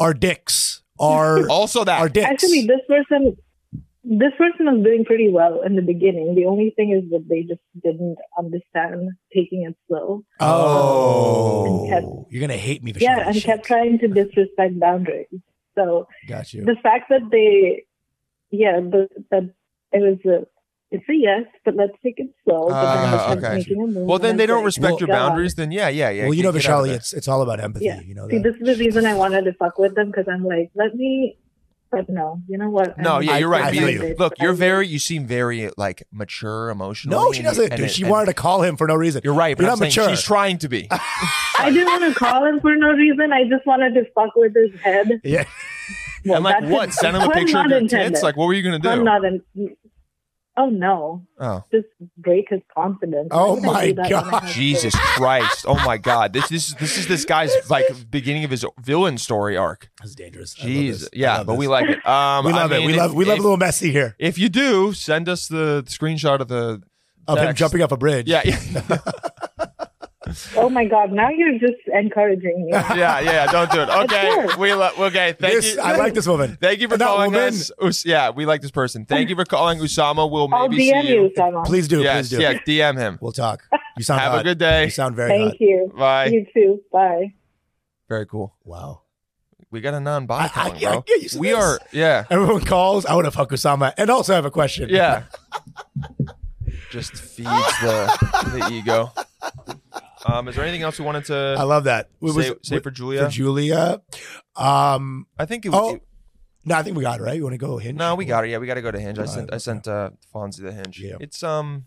Speaker 2: Our dicks are
Speaker 1: also, that
Speaker 2: our dicks.
Speaker 3: Actually, this person, this person was doing pretty well in the beginning. The only thing is that they just didn't understand taking it slow.
Speaker 2: oh,
Speaker 3: And kept-
Speaker 2: you're gonna hate me. Vishal.
Speaker 3: yeah, and
Speaker 2: Shit.
Speaker 3: kept trying to disrespect boundaries. So
Speaker 2: Got you.
Speaker 3: the fact that they, yeah, the, that it was a it's a yes, but let's take it slow. But then
Speaker 1: Ah,
Speaker 3: I was
Speaker 1: okay.
Speaker 3: making a move,
Speaker 1: Well, then
Speaker 3: and
Speaker 1: they
Speaker 3: I
Speaker 1: don't
Speaker 3: was
Speaker 1: respect
Speaker 3: like, "Oh,
Speaker 1: your
Speaker 3: God.
Speaker 1: boundaries. Then yeah, yeah, yeah.
Speaker 2: well, you know,
Speaker 1: get out of
Speaker 2: Vishali,
Speaker 1: there.
Speaker 2: it's it's all about empathy.
Speaker 3: Yeah.
Speaker 2: You know
Speaker 3: See,
Speaker 2: that.
Speaker 3: this is the reason I wanted to fuck with them because I'm like, let me. But no, you know what?
Speaker 1: no,
Speaker 3: I'm
Speaker 1: yeah,
Speaker 3: like,
Speaker 1: you're right.
Speaker 2: I
Speaker 1: Be-
Speaker 2: feel you.
Speaker 1: Look, you're
Speaker 3: I-
Speaker 1: very. You seem very like mature emotionally.
Speaker 2: No, she
Speaker 1: and-
Speaker 2: doesn't.
Speaker 1: and
Speaker 2: Dude,
Speaker 1: it-
Speaker 2: she
Speaker 1: and-
Speaker 2: wanted to call him for no reason.
Speaker 1: You're right, but
Speaker 2: You're
Speaker 1: I'm
Speaker 2: not
Speaker 1: saying
Speaker 2: mature.
Speaker 1: she's trying to be.
Speaker 3: I didn't want to call him for no reason. I just wanted to fuck with his head.
Speaker 2: Yeah.
Speaker 3: Well,
Speaker 1: and like,
Speaker 3: that's
Speaker 1: what?
Speaker 3: it.
Speaker 1: Send him a
Speaker 3: Pun
Speaker 1: picture of
Speaker 3: not
Speaker 1: your
Speaker 3: intended.
Speaker 1: tits? Like, what were you gonna do?
Speaker 3: I'm not in. Oh no!
Speaker 1: oh,
Speaker 3: Just break his confidence. Why
Speaker 2: Oh,
Speaker 3: would I
Speaker 2: my
Speaker 3: do that when I
Speaker 2: God.
Speaker 3: have
Speaker 1: Jesus Christ! Oh my God! This this is this is this guy's like beginning of his villain story arc.
Speaker 2: That's dangerous. I love
Speaker 1: Jeez,
Speaker 2: this. I
Speaker 1: yeah,
Speaker 2: love
Speaker 1: but we
Speaker 2: this.
Speaker 1: like it. Um,
Speaker 2: we
Speaker 1: I
Speaker 2: love it.
Speaker 1: mean,
Speaker 2: We
Speaker 1: if-
Speaker 2: love we love
Speaker 1: if-
Speaker 2: a little messy here
Speaker 1: If you do, send us the screenshot of the
Speaker 2: of him
Speaker 1: text.
Speaker 2: jumping off a bridge.
Speaker 1: yeah yeah
Speaker 3: Oh my God! Now you're just encouraging me.
Speaker 1: yeah. yeah don't do it. Okay,
Speaker 3: Sure.
Speaker 1: we lo- okay. Thank
Speaker 2: This-
Speaker 1: you.
Speaker 2: I like this woman.
Speaker 1: Thank you for
Speaker 2: And that
Speaker 1: calling
Speaker 2: woman-
Speaker 1: us. Us- yeah, we like this person. Thank you for calling Usama. We'll
Speaker 3: I'll
Speaker 1: maybe
Speaker 3: DM
Speaker 1: see you.
Speaker 3: you, Simon.
Speaker 2: Please do.
Speaker 1: yes,
Speaker 2: please do. Uh,
Speaker 1: yeah. DM him.
Speaker 2: We'll talk. You sound
Speaker 1: Have
Speaker 2: hot.
Speaker 1: a good day.
Speaker 2: You sound very hot.
Speaker 3: Thank you.
Speaker 1: Bye.
Speaker 3: You too. Bye.
Speaker 1: Very cool.
Speaker 2: Wow.
Speaker 1: We got a non-bot
Speaker 2: I- I-
Speaker 1: calling,
Speaker 2: I
Speaker 1: bro.
Speaker 2: get used to
Speaker 1: we
Speaker 2: this.
Speaker 1: are. Yeah.
Speaker 2: Everyone calls. I would have fucked Osama, and also have a question.
Speaker 1: Yeah. Just feeds the, the ego. Um, is there anything else we wanted
Speaker 2: I
Speaker 1: to
Speaker 2: love that. What was
Speaker 1: say,
Speaker 2: Uh, it?
Speaker 1: say for Julia?
Speaker 2: for Julia. Um,
Speaker 1: I think it,
Speaker 2: Oh.
Speaker 1: it-
Speaker 2: no, I think we got it right. You want to go hinge?
Speaker 1: no, we got it. Yeah, we got to go to Hinge. I
Speaker 2: All
Speaker 1: sent
Speaker 2: right,
Speaker 1: I sent uh, Fonzie the Hinge.
Speaker 2: Yeah.
Speaker 1: It's um,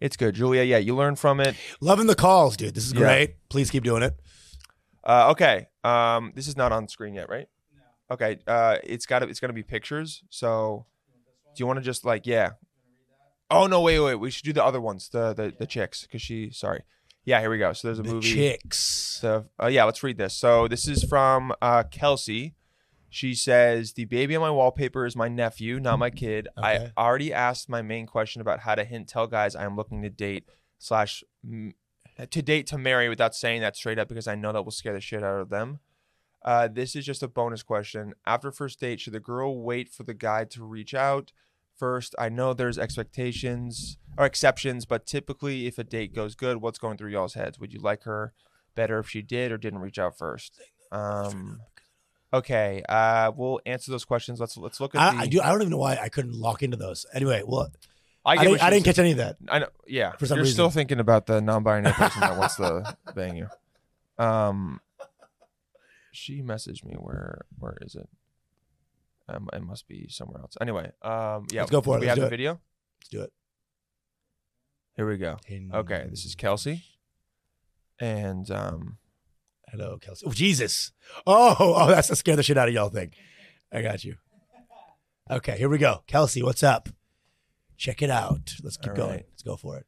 Speaker 1: it's good, Julia. Yeah, you learn from it.
Speaker 2: Loving the calls, dude. This is
Speaker 1: Yeah.
Speaker 2: great. Please keep doing it.
Speaker 1: Uh, okay. Um, this is not on screen yet, right? No. Okay. Uh, it's got to it's gonna be pictures. So, do you want to just like yeah? Oh no! Wait, wait. We should do the other ones. The the the chicks because she sorry. Yeah, here we go. So there's a
Speaker 2: The
Speaker 1: movie.
Speaker 2: chicks.
Speaker 1: So, uh, yeah, let's read this. So this is from uh, Kelsey. She says, "The baby on my wallpaper is my nephew, not my kid.
Speaker 2: Okay.
Speaker 1: I already asked my main question about how to hint tell guys I am looking to date slash m- to date to marry without saying that straight up because I know that will scare the shit out of them. Uh, this is just a bonus question. After first date, should the girl wait for the guy to reach out first? I know there's expectations or exceptions, but typically, if a date goes good, what's going through y'all's heads? Would you like her better if she did or didn't reach out first? Um, okay, uh, we'll answer those questions. Let's let's look at.
Speaker 2: I,
Speaker 1: the,
Speaker 2: I, do, I don't even know why I couldn't lock into those. Anyway, well,
Speaker 1: I,
Speaker 2: I,
Speaker 1: get
Speaker 2: didn't,
Speaker 1: what
Speaker 2: I
Speaker 1: you're
Speaker 2: didn't catch any of that.
Speaker 1: I know. Yeah.
Speaker 2: For some
Speaker 1: You're
Speaker 2: reason.
Speaker 1: still thinking about the non-binary person that wants to bang you. Um, she messaged me. Where Where is it? Um, it must be somewhere else. Anyway. Um, yeah.
Speaker 2: Let's go for
Speaker 1: do
Speaker 2: it.
Speaker 1: We
Speaker 2: Let's
Speaker 1: have
Speaker 2: do
Speaker 1: the
Speaker 2: it.
Speaker 1: video.
Speaker 2: Let's do it.
Speaker 1: Here we go. Okay. This is Kelsey. And um,
Speaker 2: Hello, Kelsey. Oh, Jesus. Oh, oh, that's the scare the shit out of y'all thing. I got you. Okay, here we go. Kelsey, what's up? Check it out. Let's keep
Speaker 1: All
Speaker 2: going.
Speaker 1: right.
Speaker 2: Let's go for it.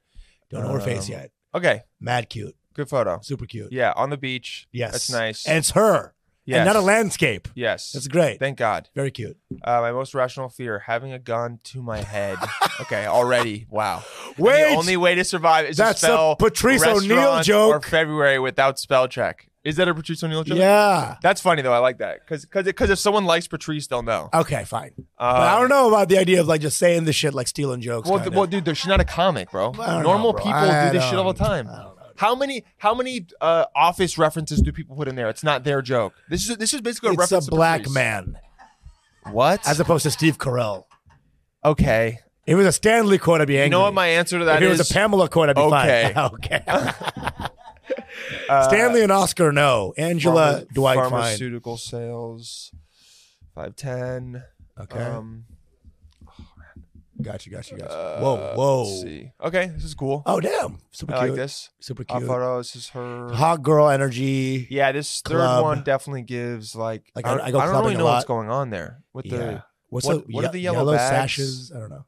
Speaker 2: Don't know her face
Speaker 1: Um,
Speaker 2: yet.
Speaker 1: okay,
Speaker 2: Mad cute.
Speaker 1: good photo.
Speaker 2: Super cute.
Speaker 1: Yeah, on the beach.
Speaker 2: Yes.
Speaker 1: that's nice.
Speaker 2: And it's her.
Speaker 1: yes.
Speaker 2: And not a landscape.
Speaker 1: Yes.
Speaker 2: That's great.
Speaker 1: Thank God.
Speaker 2: Very cute.
Speaker 1: Uh, my most rational fear: having a gun to my head. okay, already. Wow.
Speaker 2: Wait.
Speaker 1: The only way to survive is
Speaker 2: that's
Speaker 1: to spell
Speaker 2: a Patrice O'Neill
Speaker 1: restaurant or
Speaker 2: joke.
Speaker 1: February without spell check. Is that a Patrice O'Neill joke?
Speaker 2: yeah.
Speaker 1: That's funny though. I like that because because if someone likes Patrice, they'll know.
Speaker 2: Okay, fine. but I don't know about the idea of like just saying this shit like stealing jokes.
Speaker 1: Um, Well,
Speaker 2: kinda.
Speaker 1: well, dude, there- she's not a comic, bro.
Speaker 2: I don't
Speaker 1: Normal
Speaker 2: know, bro.
Speaker 1: people
Speaker 2: I
Speaker 1: do this shit all the
Speaker 2: don't-
Speaker 1: time.
Speaker 2: I don't know.
Speaker 1: How many how many uh, office references do people put in there? It's not their joke. This is this is basically a
Speaker 2: It's a
Speaker 1: reference.
Speaker 2: black
Speaker 1: to Patrice.
Speaker 2: man
Speaker 1: What?
Speaker 2: as opposed to Steve Carell.
Speaker 1: okay.
Speaker 2: If it was a Stanley quote, I'd be angry.
Speaker 1: You know what my answer to
Speaker 2: If
Speaker 1: that
Speaker 2: it
Speaker 1: is?
Speaker 2: was a Pamela quote, I'd be
Speaker 1: Okay.
Speaker 2: fine. okay.
Speaker 1: Uh,
Speaker 2: Stanley and Oscar, no. Angela,
Speaker 1: pharma-
Speaker 2: Dwight, fine.
Speaker 1: pharmaceutical sales, five ten.
Speaker 2: Okay.
Speaker 1: Um,
Speaker 2: gotcha, gotcha, gotcha.
Speaker 1: uh,
Speaker 2: whoa, whoa.
Speaker 1: let's see. Okay, this is cool.
Speaker 2: Oh, damn. Super
Speaker 1: I
Speaker 2: cute.
Speaker 1: like this.
Speaker 2: Super
Speaker 1: I
Speaker 2: cute.
Speaker 1: thought, oh, this is her.
Speaker 2: Hot girl energy.
Speaker 1: Yeah, this third
Speaker 2: Club.
Speaker 1: one definitely gives like,
Speaker 2: Like,
Speaker 1: I,
Speaker 2: I-
Speaker 1: don't-
Speaker 2: I go
Speaker 1: I don't really
Speaker 2: clubbing a
Speaker 1: know what's
Speaker 2: lot.
Speaker 1: going on there with
Speaker 2: Yeah.
Speaker 1: the
Speaker 2: What's
Speaker 1: What-
Speaker 2: the,
Speaker 1: what are the yellow
Speaker 2: yellow
Speaker 1: bags?
Speaker 2: sashes? I don't know.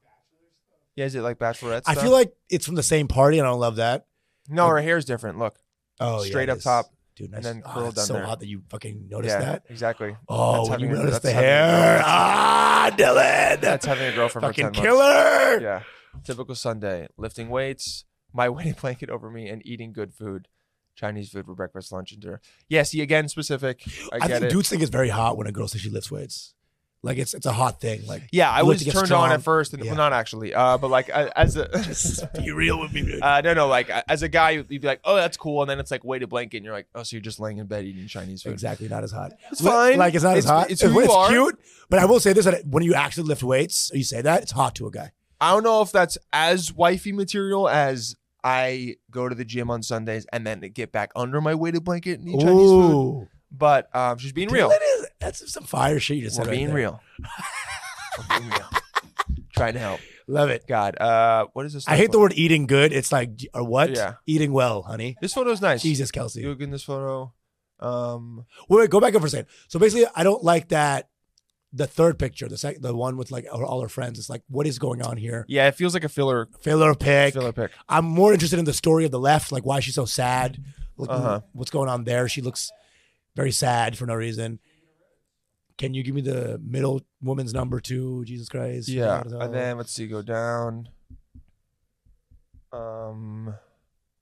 Speaker 1: yeah. Is it like bachelorette?
Speaker 2: I
Speaker 1: stuff?
Speaker 2: feel like it's from the same party, and I don't love that.
Speaker 1: no, her hair's different. Look,
Speaker 2: Oh, yeah,
Speaker 1: Straight
Speaker 2: it
Speaker 1: up
Speaker 2: is.
Speaker 1: top,
Speaker 2: dude.
Speaker 1: and
Speaker 2: Nice.
Speaker 1: then
Speaker 2: Oh,
Speaker 1: curled down
Speaker 2: that's so
Speaker 1: there.
Speaker 2: hot that you fucking noticed
Speaker 1: yeah,
Speaker 2: that.
Speaker 1: exactly.
Speaker 2: Oh,
Speaker 1: That's
Speaker 2: when you
Speaker 1: having a-
Speaker 2: noticed the
Speaker 1: that's having a
Speaker 2: hair.
Speaker 1: girlfriend.
Speaker 2: Ah, Dylan.
Speaker 1: That's having a girlfriend
Speaker 2: fucking
Speaker 1: for 10 months.
Speaker 2: killer.
Speaker 1: Yeah, typical Sunday. Lifting weights, my wedding blanket over me, and eating good food, Chinese food for breakfast, lunch, and dinner. Yeah, see again, specific. I,
Speaker 2: I,
Speaker 1: get
Speaker 2: think
Speaker 1: it.
Speaker 2: dudes think it's very hot when a girl says she lifts weights. Like it's it's a hot thing. Like
Speaker 1: yeah, I
Speaker 2: you
Speaker 1: was
Speaker 2: have to get
Speaker 1: turned on
Speaker 2: strong.
Speaker 1: at first, and
Speaker 2: Yeah.
Speaker 1: well, not actually, uh, but like I- as a
Speaker 2: Just be real with me, dude.
Speaker 1: Uh, no, no. Like as a guy, you'd be like, "Oh, that's cool," and then it's like, "Wait a blanket," and you're like, "Oh, so you're just laying in bed eating Chinese food."
Speaker 2: exactly, not as hot.
Speaker 1: It's fine.
Speaker 2: Like it's not
Speaker 1: It's-
Speaker 2: as hot.
Speaker 1: it's who you are.
Speaker 2: cute. But I will say this: that when you actually lift weights, or you say that it's hot to a guy.
Speaker 1: I don't know if that's as wifey material as I go to the gym on Sundays and then get back under my weighted blanket and eat Chinese food.
Speaker 2: Ooh.
Speaker 1: But um, she's being
Speaker 2: Dude,
Speaker 1: real.
Speaker 2: that is- that's some fire shit you just
Speaker 1: We're
Speaker 2: said. right
Speaker 1: being
Speaker 2: there.
Speaker 1: real. We're being real. Trying to help.
Speaker 2: Love it.
Speaker 1: God, uh, what is this?
Speaker 2: I hate the word eating good. It's like, j- or what?
Speaker 1: Yeah.
Speaker 2: Eating well, honey.
Speaker 1: This photo's nice.
Speaker 2: Jesus, Kelsey.
Speaker 1: You look in this photo. Um,
Speaker 2: Wait, wait, go back up for a second. So basically, I don't like that. The third picture, the sec- the one with like all all her friends. It's like, what is going on here?
Speaker 1: yeah, it feels like a filler
Speaker 2: Filler pick.
Speaker 1: filler pick.
Speaker 2: I'm more interested in the story of the left, like why she's so sad. Look,
Speaker 1: Uh-huh.
Speaker 2: What's going on there? She looks very sad for no reason. Can you give me the middle woman's number too? Jesus Christ.
Speaker 1: Yeah, and then let's see, go down. Um,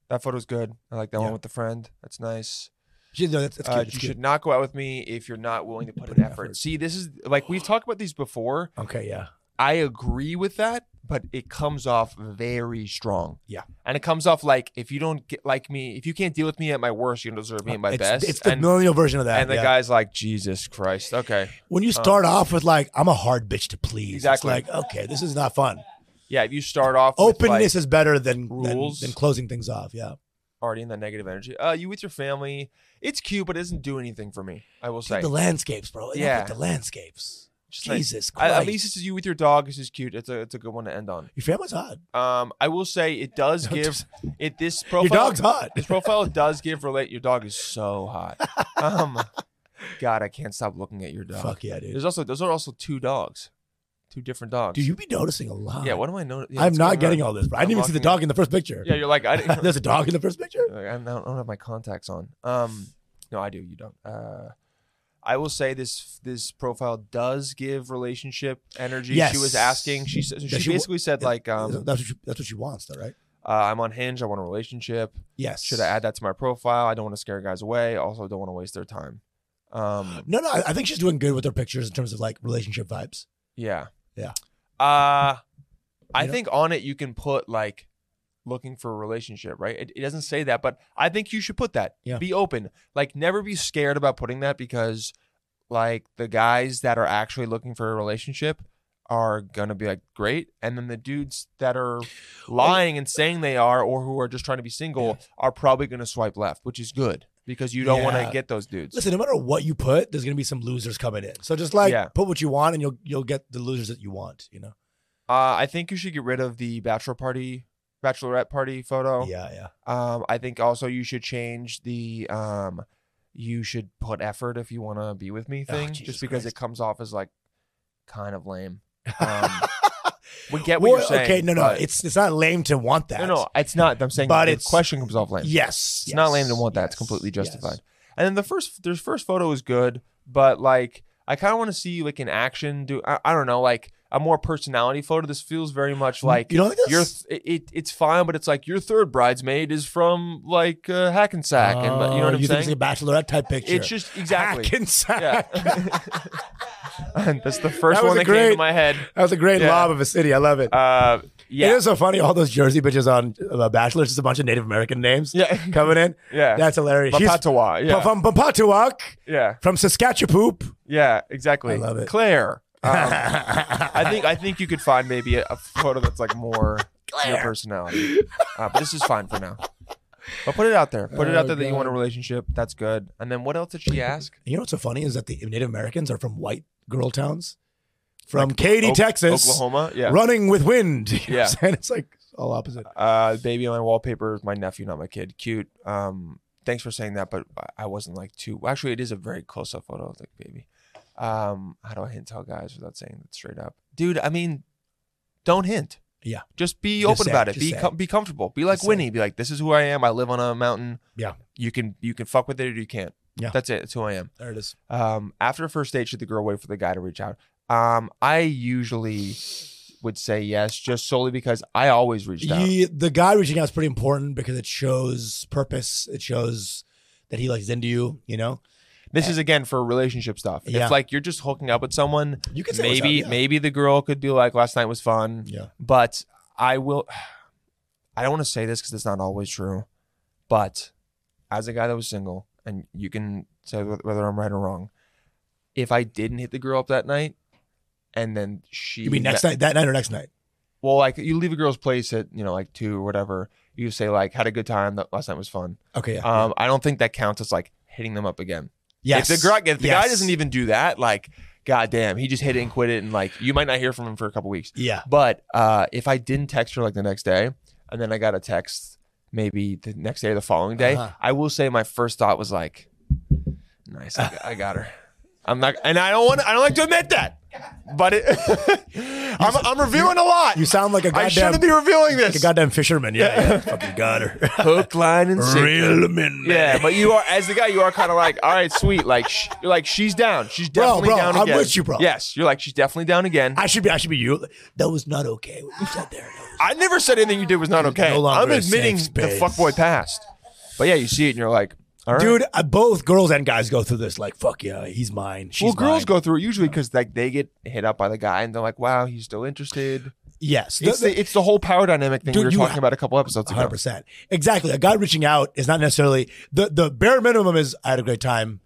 Speaker 1: that photo's good. I like that
Speaker 2: Yeah.
Speaker 1: one with the friend. That's nice.
Speaker 2: She- no, that's, that's
Speaker 1: Uh,
Speaker 2: cute.
Speaker 1: you
Speaker 2: that's cute.
Speaker 1: should not go out with me if you're not willing to put, an effort. See, this is like we've talked about these before.
Speaker 2: Okay, yeah.
Speaker 1: I agree with that, but it comes off very strong.
Speaker 2: Yeah.
Speaker 1: and it comes off like if you don't get like me, if you can't deal with me at my worst, you don't deserve me at my
Speaker 2: it's,
Speaker 1: best.
Speaker 2: It's the
Speaker 1: and,
Speaker 2: millennial version of that.
Speaker 1: and the
Speaker 2: yeah.
Speaker 1: guy's like, Jesus Christ. Okay,
Speaker 2: when you start off with like, I'm a hard bitch to please.
Speaker 1: Exactly.
Speaker 2: It's like, okay, this is not fun.
Speaker 1: yeah. If you start off with, like,
Speaker 2: Openness is better than, than
Speaker 1: rules.
Speaker 2: than closing things off. Yeah.
Speaker 1: already in that negative energy. Uh, you with your family, it's cute, but it doesn't do anything for me. I will
Speaker 2: Dude,
Speaker 1: say.
Speaker 2: the landscapes, bro. Yeah.
Speaker 1: Yeah.
Speaker 2: Like the landscapes.
Speaker 1: Just like-
Speaker 2: Jesus
Speaker 1: I-
Speaker 2: Christ.
Speaker 1: at least it's you with your dog. This is cute. It's a it's a good one to end on.
Speaker 2: your family's hot.
Speaker 1: Um, I will say it does give it this profile.
Speaker 2: Your dog's hot.
Speaker 1: This profile does give relate. Your dog is so hot. Um, God, I can't stop looking at your dog.
Speaker 2: Fuck yeah, dude.
Speaker 1: There's also those are also two dogs, two different dogs.
Speaker 2: Dude, you be noticing a lot.
Speaker 1: yeah. What am I noticing?
Speaker 2: I'm not getting all this, but I
Speaker 1: I'm
Speaker 2: didn't even see the
Speaker 1: walking-
Speaker 2: dog in the first picture.
Speaker 1: Yeah, you're like I didn't.
Speaker 2: There's a dog in the first picture.
Speaker 1: Like, I'm not- I don't have my contacts on. Um, no, I do. You don't. Uh, I will say this: this profile does give relationship energy. She was
Speaker 2: Yes.
Speaker 1: asking. She says
Speaker 2: Yeah,
Speaker 1: she,
Speaker 2: she wa-
Speaker 1: basically said like, um,
Speaker 2: that's, what she, that's what she wants, though, right?
Speaker 1: uh, "I'm on Hinge. I want a relationship.
Speaker 2: Yes.
Speaker 1: Should I add that to my profile? I don't want to scare guys away. Also, don't want to waste their time." Um,
Speaker 2: No, no. I, I think she's doing good with her pictures in terms of like relationship vibes.
Speaker 1: yeah,
Speaker 2: Yeah.
Speaker 1: Uh, I
Speaker 2: You know-
Speaker 1: think on it you can put like looking for a relationship, right? It, it doesn't say that, but I think you should put that.
Speaker 2: Yeah.
Speaker 1: Be open. Like never be scared about putting that because like the guys that are actually looking for a relationship are gonna be like great. And then the dudes that are lying and saying they are or who are just trying to be single are probably gonna swipe left, which is good because you don't wanna
Speaker 2: Yeah.
Speaker 1: get those dudes.
Speaker 2: Listen, no matter what you put, there's gonna be some losers coming in. So just like
Speaker 1: Yeah.
Speaker 2: put what you want, and you'll you'll get the losers that you want. You know?
Speaker 1: Uh, I think you should get rid of the bachelor party bachelorette party photo.
Speaker 2: Yeah, yeah.
Speaker 1: Um, I think also you should change the um, you should put effort if you want to be with me
Speaker 2: Oh,
Speaker 1: thing,
Speaker 2: Jesus
Speaker 1: just because
Speaker 2: Christ.
Speaker 1: it comes off as like kind of lame. Um, we get what
Speaker 2: Well,
Speaker 1: you're saying.
Speaker 2: okay, no, no,
Speaker 1: but-
Speaker 2: it's it's not lame to want that.
Speaker 1: no, no, it's not. I'm saying,
Speaker 2: But
Speaker 1: the
Speaker 2: it's-
Speaker 1: question comes off lame.
Speaker 2: Yes,
Speaker 1: It's not
Speaker 2: yes,
Speaker 1: lame to want that. It's
Speaker 2: yes,
Speaker 1: completely
Speaker 2: yes.
Speaker 1: justified. And then the first, their first photo is good, but like I kind of want to see you like in action. Do I, I don't know, like a more personality photo. This feels very much like
Speaker 2: you don't think
Speaker 1: your
Speaker 2: that's
Speaker 1: th- it, it it's fine, but it's like your third bridesmaid is from like uh, Hackensack, and like, you know
Speaker 2: Oh,
Speaker 1: what I'm
Speaker 2: you
Speaker 1: saying?
Speaker 2: Think it's a bachelorette type picture.
Speaker 1: it's just exactly.
Speaker 2: Hackensack.
Speaker 1: Yeah. and that's the first
Speaker 2: That was
Speaker 1: one
Speaker 2: a
Speaker 1: that came to
Speaker 2: great-
Speaker 1: my head.
Speaker 2: That was a great
Speaker 1: Yeah.
Speaker 2: lob of a city. I love it.
Speaker 1: Uh,
Speaker 2: It
Speaker 1: yeah,
Speaker 2: is so funny. All those Jersey bitches on uh, Bachelor, it's just a bunch of Native American names
Speaker 1: yeah,
Speaker 2: coming in.
Speaker 1: yeah.
Speaker 2: That's hilarious. She's
Speaker 1: Mapatawa. Yeah,
Speaker 2: from Papatuak,
Speaker 1: yeah,
Speaker 2: from Saskatchewan.
Speaker 1: yeah. Exactly.
Speaker 2: I love it.
Speaker 1: Claire. Um, I
Speaker 2: I
Speaker 1: think I think you could find maybe a, a photo that's like more your personality. Uh, but this is fine for now. But put it out there. Put it out
Speaker 2: Oh,
Speaker 1: there that you want a
Speaker 2: God.
Speaker 1: relationship. That's good. And then what else did she ask?
Speaker 2: You know what's so funny is that the Native Americans are from white girl towns, from Katy,
Speaker 1: Ok-
Speaker 2: Texas,
Speaker 1: Oklahoma. Yeah.
Speaker 2: running with wind. You know
Speaker 1: Yeah.
Speaker 2: what I'm saying? It's like all opposite.
Speaker 1: Uh, baby on my wallpaper is my nephew, not my kid. Cute. Um, thanks for saying that, but I- I wasn't like too. Actually, it is a very close-up photo of like baby. Um, how do I hint tell guys without saying it straight up, dude? I mean, don't hint.
Speaker 2: Yeah.
Speaker 1: just be
Speaker 2: Just
Speaker 1: open
Speaker 2: say it,
Speaker 1: about it.
Speaker 2: just
Speaker 1: Be
Speaker 2: say
Speaker 1: com- be comfortable. Be like
Speaker 2: Just say
Speaker 1: Winnie. Be like, this is who I am. I live on a mountain.
Speaker 2: Yeah.
Speaker 1: you can you can fuck with it or you can't.
Speaker 2: Yeah.
Speaker 1: that's it. That's who I am.
Speaker 2: There it is.
Speaker 1: Um, after first date, should the girl wait for the guy to reach out? Um, I usually would say yes, just solely because I always reached out.
Speaker 2: Ye- the guy reaching out is pretty important because it shows purpose. It shows that he likes into you. You know,
Speaker 1: This is again for relationship stuff.
Speaker 2: Eh. Yeah.
Speaker 1: If like you're just hooking up with someone,
Speaker 2: you can say what's up,
Speaker 1: maybe
Speaker 2: yeah.
Speaker 1: maybe the girl could be like, "Last night was fun,"
Speaker 2: yeah.
Speaker 1: but I will. I don't want to say this because it's not always true, but as a guy that was single, and you can say wh- whether I'm right or wrong, if I didn't hit the girl up that night, and then she
Speaker 2: You mean next
Speaker 1: me-
Speaker 2: night, that night or next night?
Speaker 1: well, like you leave a girl's place at you know like two or whatever. You say like had a good time. That last night was fun.
Speaker 2: Okay. Yeah.
Speaker 1: Um, I don't think that counts as like hitting them up again. If
Speaker 2: yes.
Speaker 1: the, girl, if the guy
Speaker 2: Yes.
Speaker 1: doesn't even do that, like goddamn, he just hit it and quit it, and like you might not hear from him for a couple weeks.
Speaker 2: Yeah.
Speaker 1: But uh, if I didn't text her like the next day, and then I got a text maybe the next day or the following day,
Speaker 2: Uh-huh.
Speaker 1: I will say my first thought was like, "Nice, I, got- I got her." I'm not, and I don't want, I don't like to admit that, but it, I'm, I'm reviewing a lot.
Speaker 2: You sound like a
Speaker 1: I
Speaker 2: goddamn,
Speaker 1: shouldn't be revealing
Speaker 2: like a
Speaker 1: this.
Speaker 2: goddamn fisherman. Yeah. yeah. Fucking got her.
Speaker 1: Hook, line, and sinker.
Speaker 2: Real men.
Speaker 1: Yeah, but you are as the guy, you are kind of like, all right, sweet. Like, sh- you're like, she's down. She's
Speaker 2: Bro,
Speaker 1: definitely
Speaker 2: bro,
Speaker 1: down
Speaker 2: I'm
Speaker 1: again.
Speaker 2: with you, bro.
Speaker 1: Yes, you're like, she's definitely down again. I,
Speaker 2: I should be. I should be you. That was not okay. What you said there. That was-
Speaker 1: never said anything you did was not okay.
Speaker 2: no longer
Speaker 1: I'm
Speaker 2: a safe
Speaker 1: admitting the
Speaker 2: space.
Speaker 1: fuckboy past. But yeah, you see it, and you're like, all right,
Speaker 2: Dude, uh, both girls and guys go through this. Like, fuck yeah, he's mine. She's
Speaker 1: well, girls
Speaker 2: mine.
Speaker 1: go through it usually because like they get hit up by the guy, and they're like, wow, he's still interested.
Speaker 2: Yes,
Speaker 1: It's the, it's the whole power dynamic thing
Speaker 2: Dude,
Speaker 1: we were
Speaker 2: you
Speaker 1: talking
Speaker 2: ha-
Speaker 1: about a couple episodes ago.
Speaker 2: hundred percent. Exactly. A guy reaching out is not necessarily the the bare minimum is I had a great time.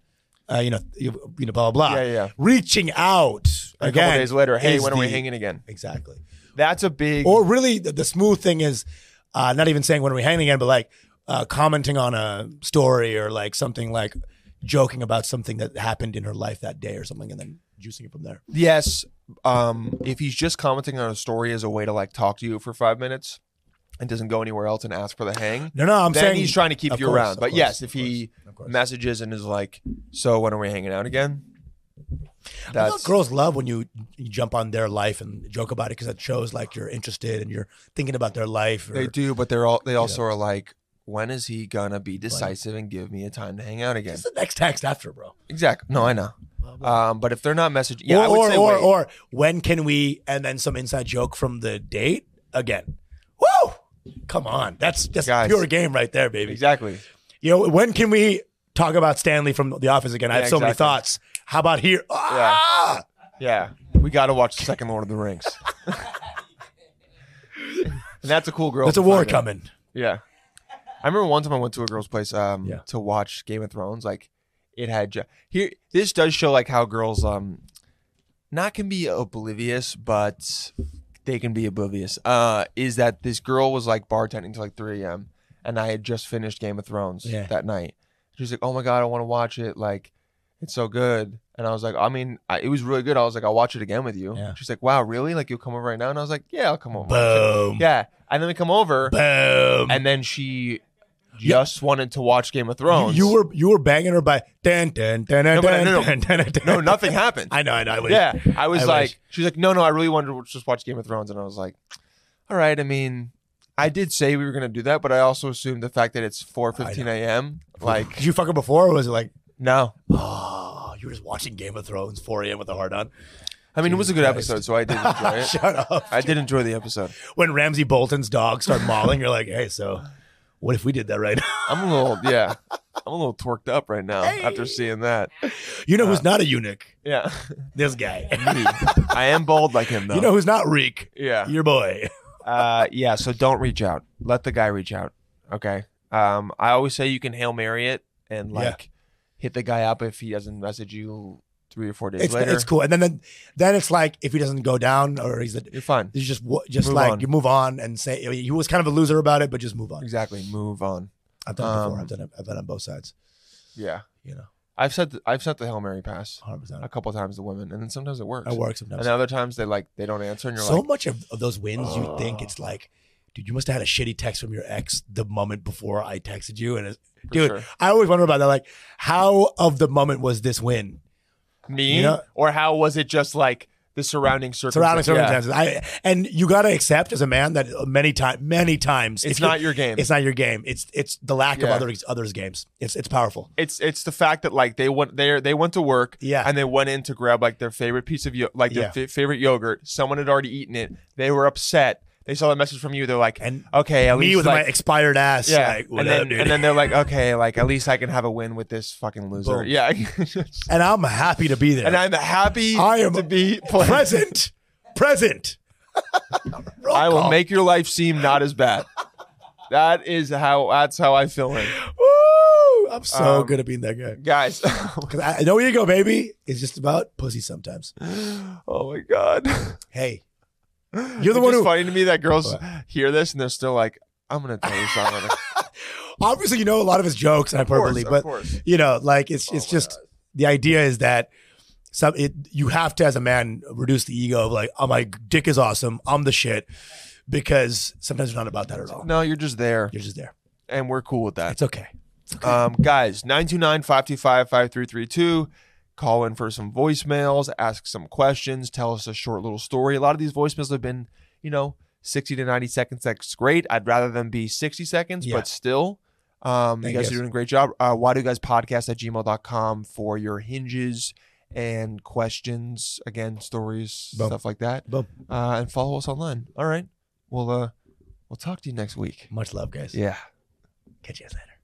Speaker 2: Uh, you know, you, you know, blah blah blah.
Speaker 1: Yeah, yeah.
Speaker 2: Reaching out
Speaker 1: And a
Speaker 2: again
Speaker 1: couple days later, hey,
Speaker 2: is
Speaker 1: when are we
Speaker 2: the-
Speaker 1: hanging again?
Speaker 2: Exactly.
Speaker 1: That's a big.
Speaker 2: Or really, the, the smooth thing is uh, not even saying when are we hanging again, but like uh, commenting on a story or like something like joking about something that happened in her life that day or something, and then juicing it from there.
Speaker 1: Yes. Um, if he's just commenting on a story as a way to like talk to you for five minutes and doesn't go anywhere else and ask for the hang,
Speaker 2: No, no, I'm
Speaker 1: then
Speaker 2: saying
Speaker 1: he's trying to keep
Speaker 2: Of
Speaker 1: you
Speaker 2: course,
Speaker 1: around.
Speaker 2: of
Speaker 1: But
Speaker 2: course,
Speaker 1: yes, if
Speaker 2: of
Speaker 1: he
Speaker 2: course, of course.
Speaker 1: messages and is like, "So when are we hanging out again?"
Speaker 2: I
Speaker 1: That's
Speaker 2: thought girls love when you, you jump on their life and joke about it because it shows like you're interested and you're thinking about their life. Or,
Speaker 1: they do, but they're all they also are like, "When is he gonna be decisive and give me a time to hang out again?"
Speaker 2: It's the next text after, bro.
Speaker 1: Exactly. No, I know. Um, but if they're not messaging, yeah,
Speaker 2: or,
Speaker 1: I would
Speaker 2: or,
Speaker 1: say
Speaker 2: or,
Speaker 1: wait.
Speaker 2: or when can we? And then some inside joke from the date again. Woo! Come on, that's that's
Speaker 1: Guys.
Speaker 2: pure game right there, baby.
Speaker 1: exactly.
Speaker 2: You know, when can we talk about Stanley from The Office again? I
Speaker 1: Yeah,
Speaker 2: have so many
Speaker 1: exactly.
Speaker 2: thoughts. How about here? Ah!
Speaker 1: Yeah, we got to watch the second Lord of the Rings. and that's a cool girl.
Speaker 2: There's a
Speaker 1: to
Speaker 2: war
Speaker 1: find out.
Speaker 2: coming.
Speaker 1: Yeah. I remember one time I went to a girl's place um
Speaker 2: Yeah.
Speaker 1: to watch Game of Thrones. Like it had ju- here this does show like how girls um not can be oblivious, but they can be oblivious. Uh is that this girl was like bartending till like three AM and I had just finished Game of Thrones
Speaker 2: Yeah.
Speaker 1: that night. She was like, Oh my god, I want to watch it, like it's so good. And I was like, I mean, I, it was really good. I was like, I'll watch it again with you.
Speaker 2: Yeah.
Speaker 1: She's like, Wow, really? Like you'll come over right now? And I was like, Yeah, I'll come over.
Speaker 2: Boom.
Speaker 1: Yeah. And then we come over
Speaker 2: Boom.
Speaker 1: and then she
Speaker 2: Yeah.
Speaker 1: just wanted to watch Game of
Speaker 2: You,
Speaker 1: Thrones.
Speaker 2: you were you were banging her by dun, dun, dun, dun,
Speaker 1: No, but I-
Speaker 2: dun,
Speaker 1: no, no.
Speaker 2: dun, dun, dun, dun.
Speaker 1: no, nothing happened.
Speaker 2: I know, I know. I wish.
Speaker 1: yeah, I was
Speaker 2: I
Speaker 1: like,
Speaker 2: wish.
Speaker 1: she's like, no, no, I really wanted to just watch Game of Thrones, and I was like, all right. I mean, I did say we were gonna do that, but I also assumed the fact that it's four fifteen a.m. Like,
Speaker 2: Did you fuck her before, or was it like,
Speaker 1: no,
Speaker 2: oh, you were just watching Game of Thrones 4 a.m. with a hard on?
Speaker 1: I mean, it was a good
Speaker 2: Christ.
Speaker 1: episode, so I did enjoy it.
Speaker 2: Shut up.
Speaker 1: I did enjoy the episode.
Speaker 2: When Ramsey Bolton's dogs start mauling, you're like, hey, so what if we did that right now?
Speaker 1: I'm a little, yeah, I'm a little twerked up right now after seeing that.
Speaker 2: You know
Speaker 1: Uh,
Speaker 2: who's not a eunuch?
Speaker 1: Yeah,
Speaker 2: This guy.
Speaker 1: I am bold like him though.
Speaker 2: You know who's not Reek?
Speaker 1: yeah,
Speaker 2: Your boy.
Speaker 1: Uh, yeah. So don't reach out. Let the guy reach out. Okay. Um, I always say you can hail mary it and
Speaker 2: Yeah.
Speaker 1: like hit the guy up if he doesn't message you three or four days
Speaker 2: it's,
Speaker 1: later.
Speaker 2: it's cool. And then, then then it's like if he doesn't go down or he's a,
Speaker 1: You're fine.
Speaker 2: it's just wa- just
Speaker 1: Move
Speaker 2: like
Speaker 1: on.
Speaker 2: you move on and say I mean, he was kind of a loser about it, but just move on.
Speaker 1: Exactly. Move on.
Speaker 2: I've done it before.
Speaker 1: Um,
Speaker 2: I've done it. I've done it on both sides.
Speaker 1: Yeah.
Speaker 2: You know,
Speaker 1: I've sent the, I've sent the hail mary pass
Speaker 2: 100. percent
Speaker 1: a couple times to women, and then sometimes it works.
Speaker 2: I work
Speaker 1: And
Speaker 2: sometimes.
Speaker 1: then other times they like they don't answer, and you're
Speaker 2: So
Speaker 1: like,
Speaker 2: much of, of those wins, you think it's like, dude, you must have had a shitty text from your ex the moment before I texted you, and it's,
Speaker 1: For
Speaker 2: dude,
Speaker 1: sure.
Speaker 2: I always wonder about that. Like, how of the moment was this win?
Speaker 1: me,
Speaker 2: you know-
Speaker 1: or how was it just like the surrounding
Speaker 2: Surrounding
Speaker 1: circumstances?
Speaker 2: circumstances. I and you got to accept as a man that many times, many times,
Speaker 1: Yeah. It's
Speaker 2: if you-
Speaker 1: not your game.
Speaker 2: It's not your game. It's it's the lack of
Speaker 1: Yeah.
Speaker 2: other others games. It's it's powerful.
Speaker 1: it's it's the fact that like they went there they went to work
Speaker 2: Yeah.
Speaker 1: and they went in to grab like their favorite piece of yo- like their
Speaker 2: Yeah.
Speaker 1: fa- favorite yogurt someone had already eaten it they were upset they saw the message from you they're like
Speaker 2: And
Speaker 1: okay at
Speaker 2: Me
Speaker 1: least
Speaker 2: with
Speaker 1: like,
Speaker 2: my expired ass.
Speaker 1: yeah
Speaker 2: Like, what
Speaker 1: and,
Speaker 2: up,
Speaker 1: then,
Speaker 2: dude?
Speaker 1: and then they're like okay like at least i can have a win with this fucking loser
Speaker 2: Boom.
Speaker 1: yeah
Speaker 2: And I'm happy to be there.
Speaker 1: and i'm happy
Speaker 2: I am
Speaker 1: to be present
Speaker 2: present. present. Roll
Speaker 1: i will
Speaker 2: call.
Speaker 1: make your life seem not as bad that is how that's how i feel in
Speaker 2: Woo! I'm so
Speaker 1: Um,
Speaker 2: good at being that guy.
Speaker 1: guys
Speaker 2: 'Cause I, I know where you go, baby. It's just about pussy sometimes.
Speaker 1: oh my god
Speaker 2: Hey, You're the
Speaker 1: It's
Speaker 2: one
Speaker 1: just
Speaker 2: who-
Speaker 1: funny to me that girls hear this and they're still like, I'm gonna tell you something. Of
Speaker 2: Obviously, you know a lot of his jokes and
Speaker 1: course,
Speaker 2: hyperbole,
Speaker 1: of
Speaker 2: but
Speaker 1: course.
Speaker 2: you know, like it's
Speaker 1: Oh
Speaker 2: it's
Speaker 1: my
Speaker 2: just the idea is that some it you have to as a man reduce the ego of like, oh my dick is awesome, I'm the shit, because sometimes it's not about that at all.
Speaker 1: No, you're just there,
Speaker 2: You're just there.
Speaker 1: and we're cool with that.
Speaker 2: It's okay.
Speaker 1: Um, guys, 929-525-5332. Call in for some voicemails, ask some questions, tell us a short little story. A lot of these voicemails have been, you know, 60 to 90 seconds. That's great. I'd rather them be 60 seconds,
Speaker 2: Yeah.
Speaker 1: but still. Um, you
Speaker 2: Thank
Speaker 1: guys
Speaker 2: you.
Speaker 1: are doing a great job. Uh, why do you guys podcast at gmail.com for your hinges and questions, again, stories,
Speaker 2: Boom.
Speaker 1: stuff like that.
Speaker 2: Boom.
Speaker 1: Uh, and follow us online. All right. We'll uh we'll talk to you next week.
Speaker 2: Much love, guys.
Speaker 1: Yeah.
Speaker 2: Catch you guys later.